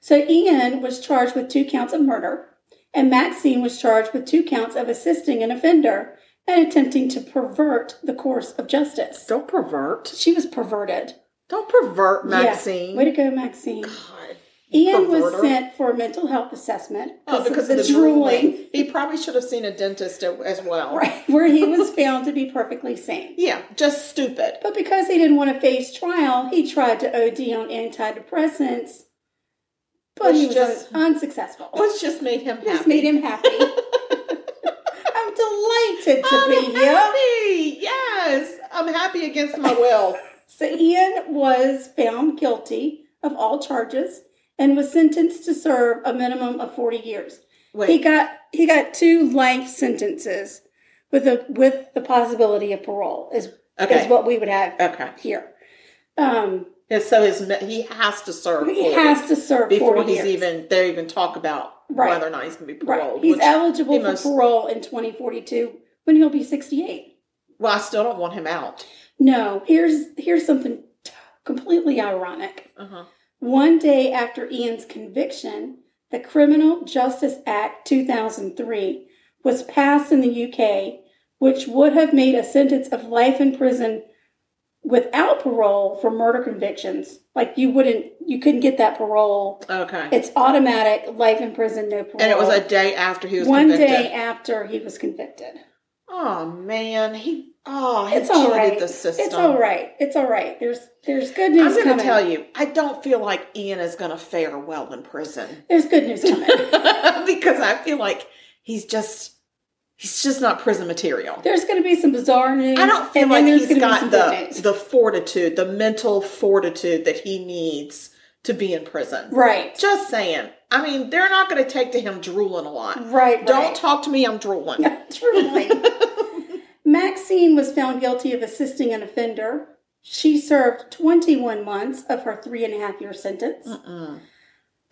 Speaker 2: so ian was charged with two counts of murder and maxine was charged with two counts of assisting an offender and attempting to pervert the course of justice
Speaker 1: Don't pervert.
Speaker 2: she was perverted
Speaker 1: Don't pervert
Speaker 2: Yeah.
Speaker 1: Maxine.
Speaker 2: way to go maxine
Speaker 1: God.
Speaker 2: ian was
Speaker 1: Perverter.
Speaker 2: sent for a mental health assessment
Speaker 1: Oh, because of the drooling. He probably should have seen a dentist a- as well.
Speaker 2: right where he was found to be perfectly sane
Speaker 1: Yeah, just stupid.
Speaker 2: But because he didn't want to face trial, he tried to OD on antidepressants, but
Speaker 1: Which
Speaker 2: he was
Speaker 1: just-
Speaker 2: unsuccessful.
Speaker 1: Let's just made him happy.
Speaker 2: Just made him happy. I'm delighted to
Speaker 1: I'm
Speaker 2: be here.
Speaker 1: happy. Yes, I'm happy against my will.
Speaker 2: So Ian was found guilty of all charges and was sentenced to serve a minimum of 40 years. He
Speaker 1: Wait,
Speaker 2: got he got two life sentences with a with the possibility of parole is is
Speaker 1: okay,
Speaker 2: what we would have
Speaker 1: okay.
Speaker 2: here. Um,
Speaker 1: And so his me- he has to serve
Speaker 2: he
Speaker 1: 40
Speaker 2: has to serve
Speaker 1: before
Speaker 2: 40
Speaker 1: he's
Speaker 2: years.
Speaker 1: even they even talk about
Speaker 2: Right.
Speaker 1: whether or not he's going to be
Speaker 2: right.
Speaker 1: paroled.
Speaker 2: He's
Speaker 1: which-
Speaker 2: eligible
Speaker 1: he
Speaker 2: for
Speaker 1: must-
Speaker 2: parole in 2042 when he'll be 68.
Speaker 1: well, I still don't want him out.
Speaker 2: No, here's here's something t- completely ironic.
Speaker 1: Uh-huh.
Speaker 2: One day after Ian's conviction, the Criminal Justice Act 2003 was passed in the UK, which would have made a sentence of life in prison without parole for murder convictions. Like you wouldn't, you couldn't get that parole.
Speaker 1: Okay,
Speaker 2: It's automatic life in prison, no parole.
Speaker 1: and it was a day after he was
Speaker 2: one
Speaker 1: convicted.
Speaker 2: day after he was convicted.
Speaker 1: Oh man, he oh he
Speaker 2: It's all
Speaker 1: cheated
Speaker 2: right.
Speaker 1: the system.
Speaker 2: It's all right. It's all right. There's there's good
Speaker 1: I'm
Speaker 2: news
Speaker 1: going
Speaker 2: coming.
Speaker 1: to tell you, I don't feel like Ian is going to fare well in prison
Speaker 2: There's good news coming.
Speaker 1: because I feel like he's just he's just not prison material.
Speaker 2: There's going to be some bizarre news.
Speaker 1: I don't feel
Speaker 2: and
Speaker 1: like
Speaker 2: then there's
Speaker 1: he's
Speaker 2: gonna
Speaker 1: got
Speaker 2: be some good
Speaker 1: the
Speaker 2: news.
Speaker 1: the fortitude, the mental fortitude that he needs to be in prison.
Speaker 2: right,
Speaker 1: Just saying. I mean, they're not going to take to him drooling a lot.
Speaker 2: right.
Speaker 1: Don't talk to me. I'm drooling.
Speaker 2: right. truly. Maxine was found guilty of assisting an offender. She served 21 months of her three and a half year sentence
Speaker 1: Mm-mm.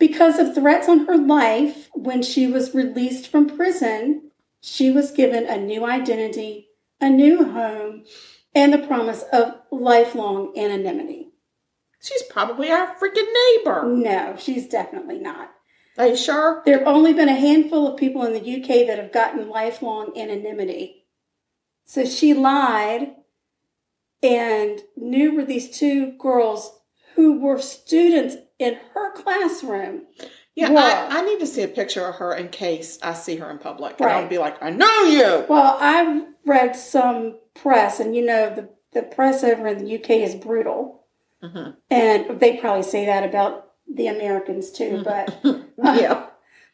Speaker 2: because of threats on her life. When she was released from prison, she was given a new identity, a new home, and the promise of lifelong anonymity.
Speaker 1: She's probably our freaking neighbor.
Speaker 2: No, she's definitely not.
Speaker 1: Are you sure?
Speaker 2: There have only been a handful of people in the UK that have gotten lifelong anonymity. So she lied, and knew were these two girls who were students in her classroom.
Speaker 1: Yeah,
Speaker 2: Well-
Speaker 1: I, I need to see a picture of her in case I see her in public. And I'll
Speaker 2: Right.
Speaker 1: be like, I know you.
Speaker 2: Well, I read some press, and you know, the, the press over in the UK is brutal.
Speaker 1: Mhm.
Speaker 2: And they probably say that about the Americans too, but
Speaker 1: Yeah.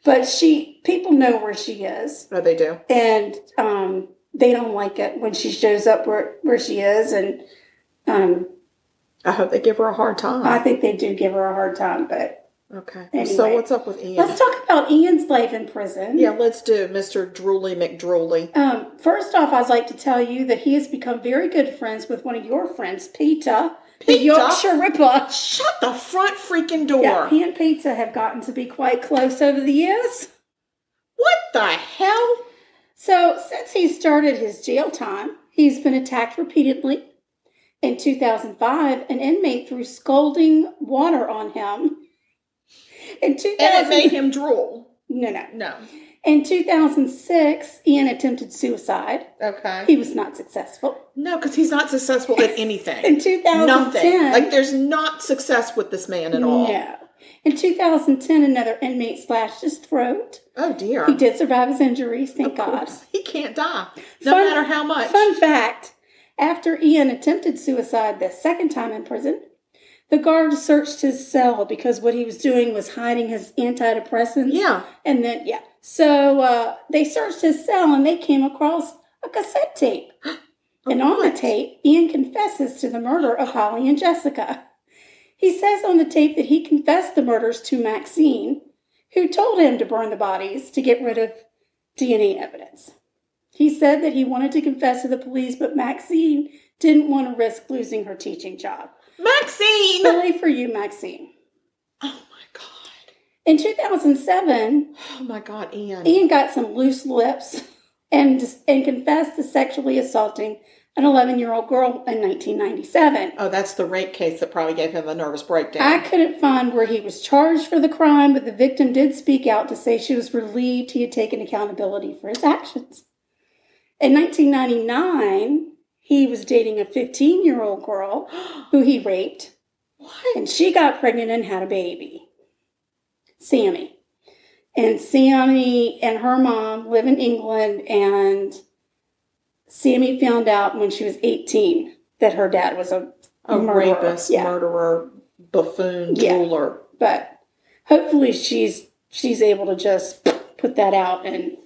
Speaker 2: but she people know where she is.
Speaker 1: Oh, they do.
Speaker 2: and um, they don't like it when she shows up where, where she is and um,
Speaker 1: I hope they give her a hard time.
Speaker 2: i think they do give her a hard time but
Speaker 1: okay. So
Speaker 2: Anyway.
Speaker 1: what's up with Ian?
Speaker 2: let's talk about ian's life in prison
Speaker 1: yeah, let's do Mr. Drooly McDrooly.
Speaker 2: um, first off i'd like to tell you that he has become very good friends with one of your friends peter the
Speaker 1: Peter?
Speaker 2: yorkshire ripper
Speaker 1: Shut the front freaking door.
Speaker 2: yeah, he and Peter have gotten to be quite close over the years.
Speaker 1: what the hell?
Speaker 2: So, since he started his jail time, he's been attacked repeatedly. In 2005, an inmate threw scalding water on him. In 2000,
Speaker 1: And it made him drool.
Speaker 2: no, no.
Speaker 1: No.
Speaker 2: In 2006, Ian attempted suicide.
Speaker 1: Okay.
Speaker 2: He was not successful.
Speaker 1: No, because he's not successful at anything.
Speaker 2: In 2010,
Speaker 1: Nothing. Like there's not success with this man at all.
Speaker 2: no. In 2010, another inmate slashed his throat.
Speaker 1: Oh dear.
Speaker 2: He did survive his injuries, thank God.
Speaker 1: He can't die. No
Speaker 2: Fun-
Speaker 1: matter how much.
Speaker 2: Fun fact after Ian attempted suicide the second time in prison, the guards searched his cell because what he was doing was hiding his antidepressants.
Speaker 1: Yeah.
Speaker 2: And then, yeah. So uh, they searched his cell and they came across a cassette tape. and
Speaker 1: Oh,
Speaker 2: on the tape, Ian confesses to the murder of Holly and Jessica. He says on the tape that he confessed the murders to Maxine, who told him to burn the bodies to get rid of DNA evidence. He said that he wanted to confess to the police, but Maxine didn't want to risk losing her teaching job.
Speaker 1: Maxine! Oh
Speaker 2: Really for you, Maxine.
Speaker 1: my god.
Speaker 2: In 2007,
Speaker 1: Oh my god, Ian.
Speaker 2: Ian got some loose lips and and confessed to sexually assaulting an 11 year old girl in 1997.
Speaker 1: Oh, that's the rape case that probably gave him the nervous breakdown.
Speaker 2: I couldn't find where he was charged for the crime, but the victim did speak out to say she was relieved he had taken accountability for his actions. In 1999, he was dating a 15 year old girl who he raped,
Speaker 1: what?
Speaker 2: and she got pregnant and had a baby, Sammy. And Sammy and her mom live in England, and Sammy found out when she was 18 that her dad was a
Speaker 1: A
Speaker 2: murderer.
Speaker 1: rapist,
Speaker 2: Yeah.
Speaker 1: murderer, buffoon,
Speaker 2: Yeah.
Speaker 1: drooler.
Speaker 2: but hopefully she's she's able to just put that out and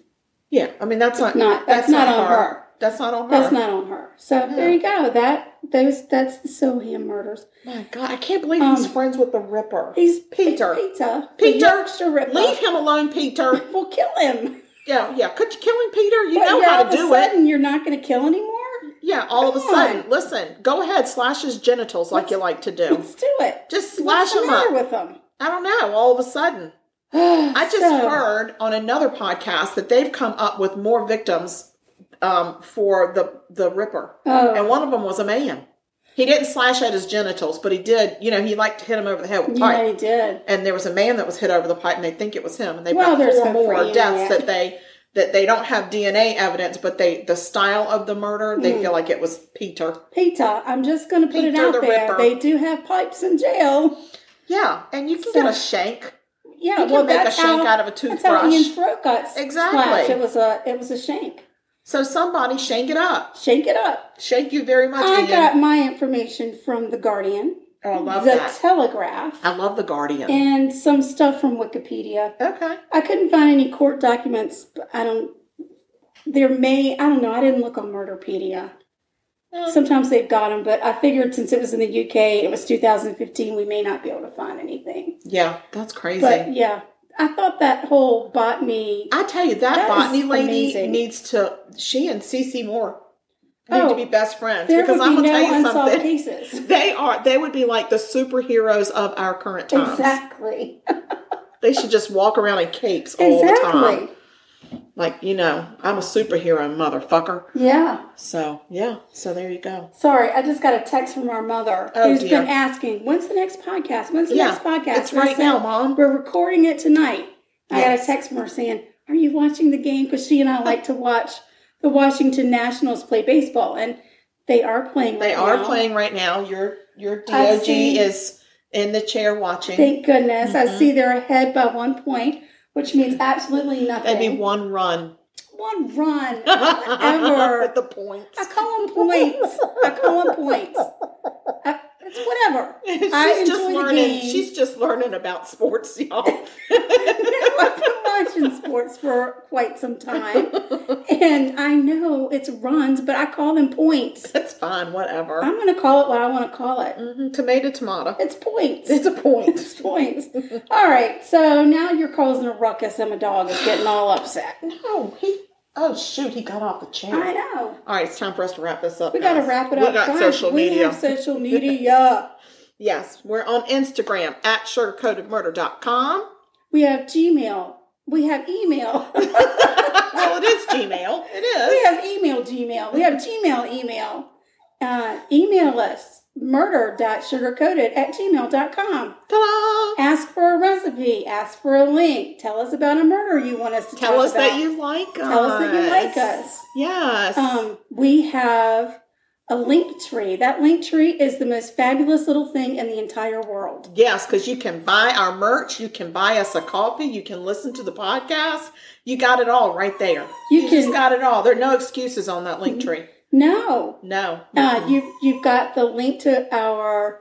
Speaker 1: Yeah, I mean that's not
Speaker 2: not- that's not on her.
Speaker 1: That's not on her.
Speaker 2: That's not on her. So there you go. That those that's the Silham murders.
Speaker 1: My God, I can't believe he's
Speaker 2: Um,
Speaker 1: friends with the Ripper.
Speaker 2: He's
Speaker 1: Peter.
Speaker 2: Peter. the
Speaker 1: Peter,
Speaker 2: Yorkshire Ripper.
Speaker 1: Leave him alone, Peter.
Speaker 2: We'll kill him.
Speaker 1: Yeah, yeah. Could you kill him, Peter? You
Speaker 2: But
Speaker 1: know
Speaker 2: you're
Speaker 1: how
Speaker 2: all
Speaker 1: to
Speaker 2: of a
Speaker 1: do it.
Speaker 2: sudden you're not going to kill anymore.
Speaker 1: Yeah, all of a
Speaker 2: Come
Speaker 1: sudden.
Speaker 2: on.
Speaker 1: Listen, go ahead, slash his genitals like you like to do.
Speaker 2: Let's do it.
Speaker 1: Just slash
Speaker 2: What's the
Speaker 1: him
Speaker 2: matter
Speaker 1: up.
Speaker 2: with them?
Speaker 1: I don't know. All of a sudden, I just heard on another podcast that they've come up with more victims um, for the the Ripper,
Speaker 2: Oh.
Speaker 1: and one of them was a man. He didn't slash at his genitals, but he did. You know, he liked to hit him over the head with a
Speaker 2: Yeah,
Speaker 1: pipe.
Speaker 2: he did.
Speaker 1: And there was a man that was hit over the pipe, and they think it was him. And they've
Speaker 2: Well,
Speaker 1: got
Speaker 2: there's
Speaker 1: four
Speaker 2: hope for
Speaker 1: more
Speaker 2: you
Speaker 1: deaths
Speaker 2: yet.
Speaker 1: that they that they don't have DNA evidence, but they the style of the murder
Speaker 2: Hmm.
Speaker 1: they feel like it was Peter.
Speaker 2: Peter, I'm just going to put it
Speaker 1: Peter
Speaker 2: out
Speaker 1: the
Speaker 2: there.
Speaker 1: Ripper.
Speaker 2: They do have pipes in jail.
Speaker 1: Yeah, and you can
Speaker 2: So-
Speaker 1: get a shank.
Speaker 2: Yeah,
Speaker 1: You can
Speaker 2: well,
Speaker 1: make a
Speaker 2: that's
Speaker 1: shank
Speaker 2: how,
Speaker 1: out of a
Speaker 2: That's how
Speaker 1: toothbrush.
Speaker 2: Ian's throat got s-
Speaker 1: Exactly.
Speaker 2: slashed. It was a it was a shank.
Speaker 1: So somebody shank it up.
Speaker 2: Shank it up.
Speaker 1: Shank you very much.
Speaker 2: I
Speaker 1: Ian.
Speaker 2: got my information from the Guardian,
Speaker 1: oh, I love
Speaker 2: the
Speaker 1: that.
Speaker 2: Telegraph,
Speaker 1: I love the Guardian.
Speaker 2: and some stuff from Wikipedia.
Speaker 1: okay.
Speaker 2: I couldn't find any court documents. but I don't. There may I don't know. I didn't look on Murderpedia.
Speaker 1: Yeah.
Speaker 2: Sometimes they've got them, but I figured since it was in the UK, it was 2015. We may not be able to find anything.
Speaker 1: Yeah, that's crazy.
Speaker 2: But yeah, I thought that whole botany.
Speaker 1: I tell you, that,
Speaker 2: That is
Speaker 1: botany lady
Speaker 2: amazing.
Speaker 1: needs to. She and Cece Moore need
Speaker 2: Oh,
Speaker 1: to be best friends
Speaker 2: There
Speaker 1: because
Speaker 2: would
Speaker 1: I'm gonna
Speaker 2: be no
Speaker 1: tell you
Speaker 2: unsolved
Speaker 1: something.
Speaker 2: cases.
Speaker 1: They are. They would be like the superheroes of our current times.
Speaker 2: Exactly.
Speaker 1: They should just walk around in capes all the time.
Speaker 2: Exactly.
Speaker 1: Like you know, I'm a superhero, motherfucker.
Speaker 2: Yeah.
Speaker 1: So yeah. So there you go.
Speaker 2: Sorry, I just got a text from our mother
Speaker 1: Oh,
Speaker 2: who's
Speaker 1: dear.
Speaker 2: been asking, "When's the next podcast? When's the
Speaker 1: Yeah,
Speaker 2: next podcast?"
Speaker 1: it's
Speaker 2: And I
Speaker 1: right
Speaker 2: said,
Speaker 1: now, Mom.
Speaker 2: We're recording it tonight. I got
Speaker 1: Yes.
Speaker 2: a text from her saying, "Are you watching the game?" Because she and I like to watch the Washington Nationals play baseball, and they are playing.
Speaker 1: They
Speaker 2: right
Speaker 1: are
Speaker 2: now.
Speaker 1: playing right now. Your your
Speaker 2: I've
Speaker 1: dog
Speaker 2: seen-
Speaker 1: is in the chair watching.
Speaker 2: Thank goodness.
Speaker 1: Mm-hmm.
Speaker 2: I see they're ahead by one point, which means absolutely nothing.
Speaker 1: That'd Mm-hmm. be one run.
Speaker 2: one run
Speaker 1: with
Speaker 2: ever.
Speaker 1: the points.
Speaker 2: I call them points. I call them points. I, it's whatever.
Speaker 1: She's
Speaker 2: I
Speaker 1: just
Speaker 2: enjoy the
Speaker 1: learning.
Speaker 2: game.
Speaker 1: She's just learning about sports, y'all.
Speaker 2: I've been watching sports for quite some time, and I know it's runs, but I call them points.
Speaker 1: That's fine. Whatever.
Speaker 2: I'm going to call it what I want to call it.
Speaker 1: hmm Tomato, tomato.
Speaker 2: It's points.
Speaker 1: It's a point.
Speaker 2: It's points. All right, so now you're causing a ruckus, and my dog is getting all upset.
Speaker 1: Oh, he. Oh shoot, he got off the chair.
Speaker 2: I know.
Speaker 1: All right, it's time for us to wrap this up.
Speaker 2: We got to
Speaker 1: guys.
Speaker 2: wrap it up.
Speaker 1: We got
Speaker 2: Guys,
Speaker 1: social
Speaker 2: We
Speaker 1: media.
Speaker 2: have social media.
Speaker 1: yes, we're on Instagram at sugarcoatedmurder.com.
Speaker 2: we have Gmail. We have email.
Speaker 1: well, it is Gmail. It is.
Speaker 2: we have email Gmail. We have Gmail email. Uh, email us murder.sugarcoated at gmail.com.
Speaker 1: Ta-da!
Speaker 2: Ask for a recipe. Ask for a link. Tell us about a murder you want us to
Speaker 1: Tell
Speaker 2: talk
Speaker 1: us that
Speaker 2: about.
Speaker 1: you like us.
Speaker 2: Tell us that you like us.
Speaker 1: Yes.
Speaker 2: Um, we have a link tree. That link tree is the most fabulous little thing in the entire world.
Speaker 1: Yes, because you can buy our merch, you can buy us a coffee, you can listen to the podcast. You got it all right there.
Speaker 2: You
Speaker 1: just
Speaker 2: can-
Speaker 1: got it all. There are no excuses on that link tree.
Speaker 2: No,
Speaker 1: No.
Speaker 2: Uh, you you've got the link to our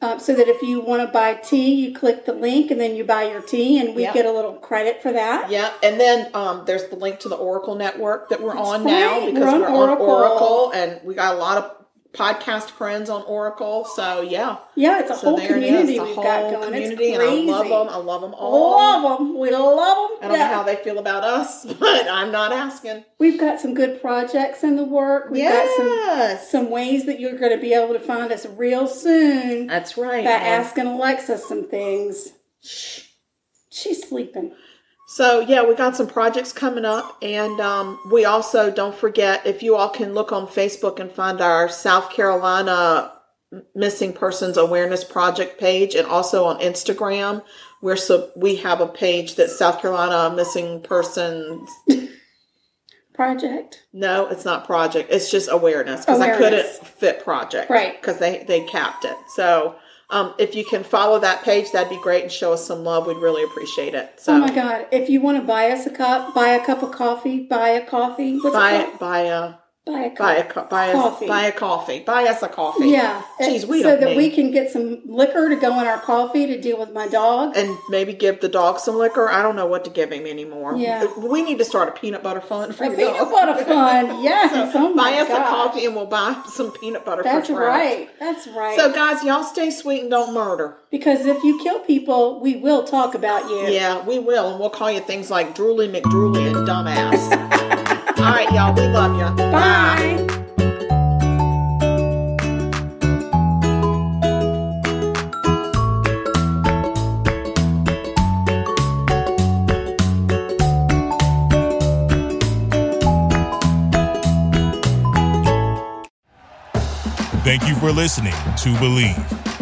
Speaker 2: uh, so that if you want to buy tea, you click the link and then you buy your tea, and we
Speaker 1: Yep.
Speaker 2: get a little credit for that.
Speaker 1: Yeah, and then um, there's the link to the Oracle network that we're on now
Speaker 2: right.
Speaker 1: because we're
Speaker 2: We're
Speaker 1: on,
Speaker 2: on
Speaker 1: Oracle.
Speaker 2: Oracle.
Speaker 1: and we got a lot of podcast friends on Oracle. So yeah,
Speaker 2: Yeah, it's a
Speaker 1: so
Speaker 2: whole
Speaker 1: there it
Speaker 2: community
Speaker 1: is, the
Speaker 2: we've
Speaker 1: whole
Speaker 2: got going.
Speaker 1: community,
Speaker 2: it's
Speaker 1: and I
Speaker 2: crazy. Oh,
Speaker 1: love them. I love them all.
Speaker 2: Love 'em. We love them.
Speaker 1: I don't know how they feel about us, but I'm not asking.
Speaker 2: We've got some good projects in the work. We've got some
Speaker 1: Yes,
Speaker 2: some ways that you're going to be able to find us real soon
Speaker 1: that's right.
Speaker 2: by asking Alexa some things. She's sleeping.
Speaker 1: So yeah, we got some projects coming up, and um, we also don't forget if you all can look on Facebook and find our South Carolina Missing Persons Awareness Project page, and also on Instagram, we're so we have a page that South Carolina Missing Persons.
Speaker 2: Project.
Speaker 1: No, it's not project. It's just awareness because I couldn't
Speaker 2: Awareness.
Speaker 1: fit project
Speaker 2: Right.
Speaker 1: because they they capped it. So um, if you can follow that page, that'd be great and show us some love. We'd really appreciate it. So
Speaker 2: Oh my God! If you want to buy us a cup, buy a cup of coffee, buy a coffee. What's it
Speaker 1: buy uh,
Speaker 2: called?
Speaker 1: buy a
Speaker 2: Buy a
Speaker 1: Buy
Speaker 2: car.
Speaker 1: a co- buy us
Speaker 2: Coffee.
Speaker 1: buy a coffee. Buy us a coffee.
Speaker 2: Yeah.
Speaker 1: Jeez, we
Speaker 2: so
Speaker 1: don't
Speaker 2: that
Speaker 1: need.
Speaker 2: we can get some liquor to go in our coffee to deal with my dog.
Speaker 1: and maybe give the dog some liquor. I don't know what to give him anymore. Uh,
Speaker 2: Yeah.
Speaker 1: We need to start a peanut butter fund for
Speaker 2: A
Speaker 1: the
Speaker 2: peanut
Speaker 1: dog.
Speaker 2: butter fun. Yes. oh my
Speaker 1: buy us
Speaker 2: God.
Speaker 1: a coffee and we'll buy him some peanut butter
Speaker 2: That's
Speaker 1: for Trout.
Speaker 2: right. That's right.
Speaker 1: So guys, y'all stay sweet and don't murder.
Speaker 2: because if you kill people, we will talk about you.
Speaker 1: Yeah, we will, and we'll call you things like drooly McDrooly and dumbass. All right, y'all, we love you.
Speaker 2: Bye.
Speaker 4: Thank you for listening to Believe.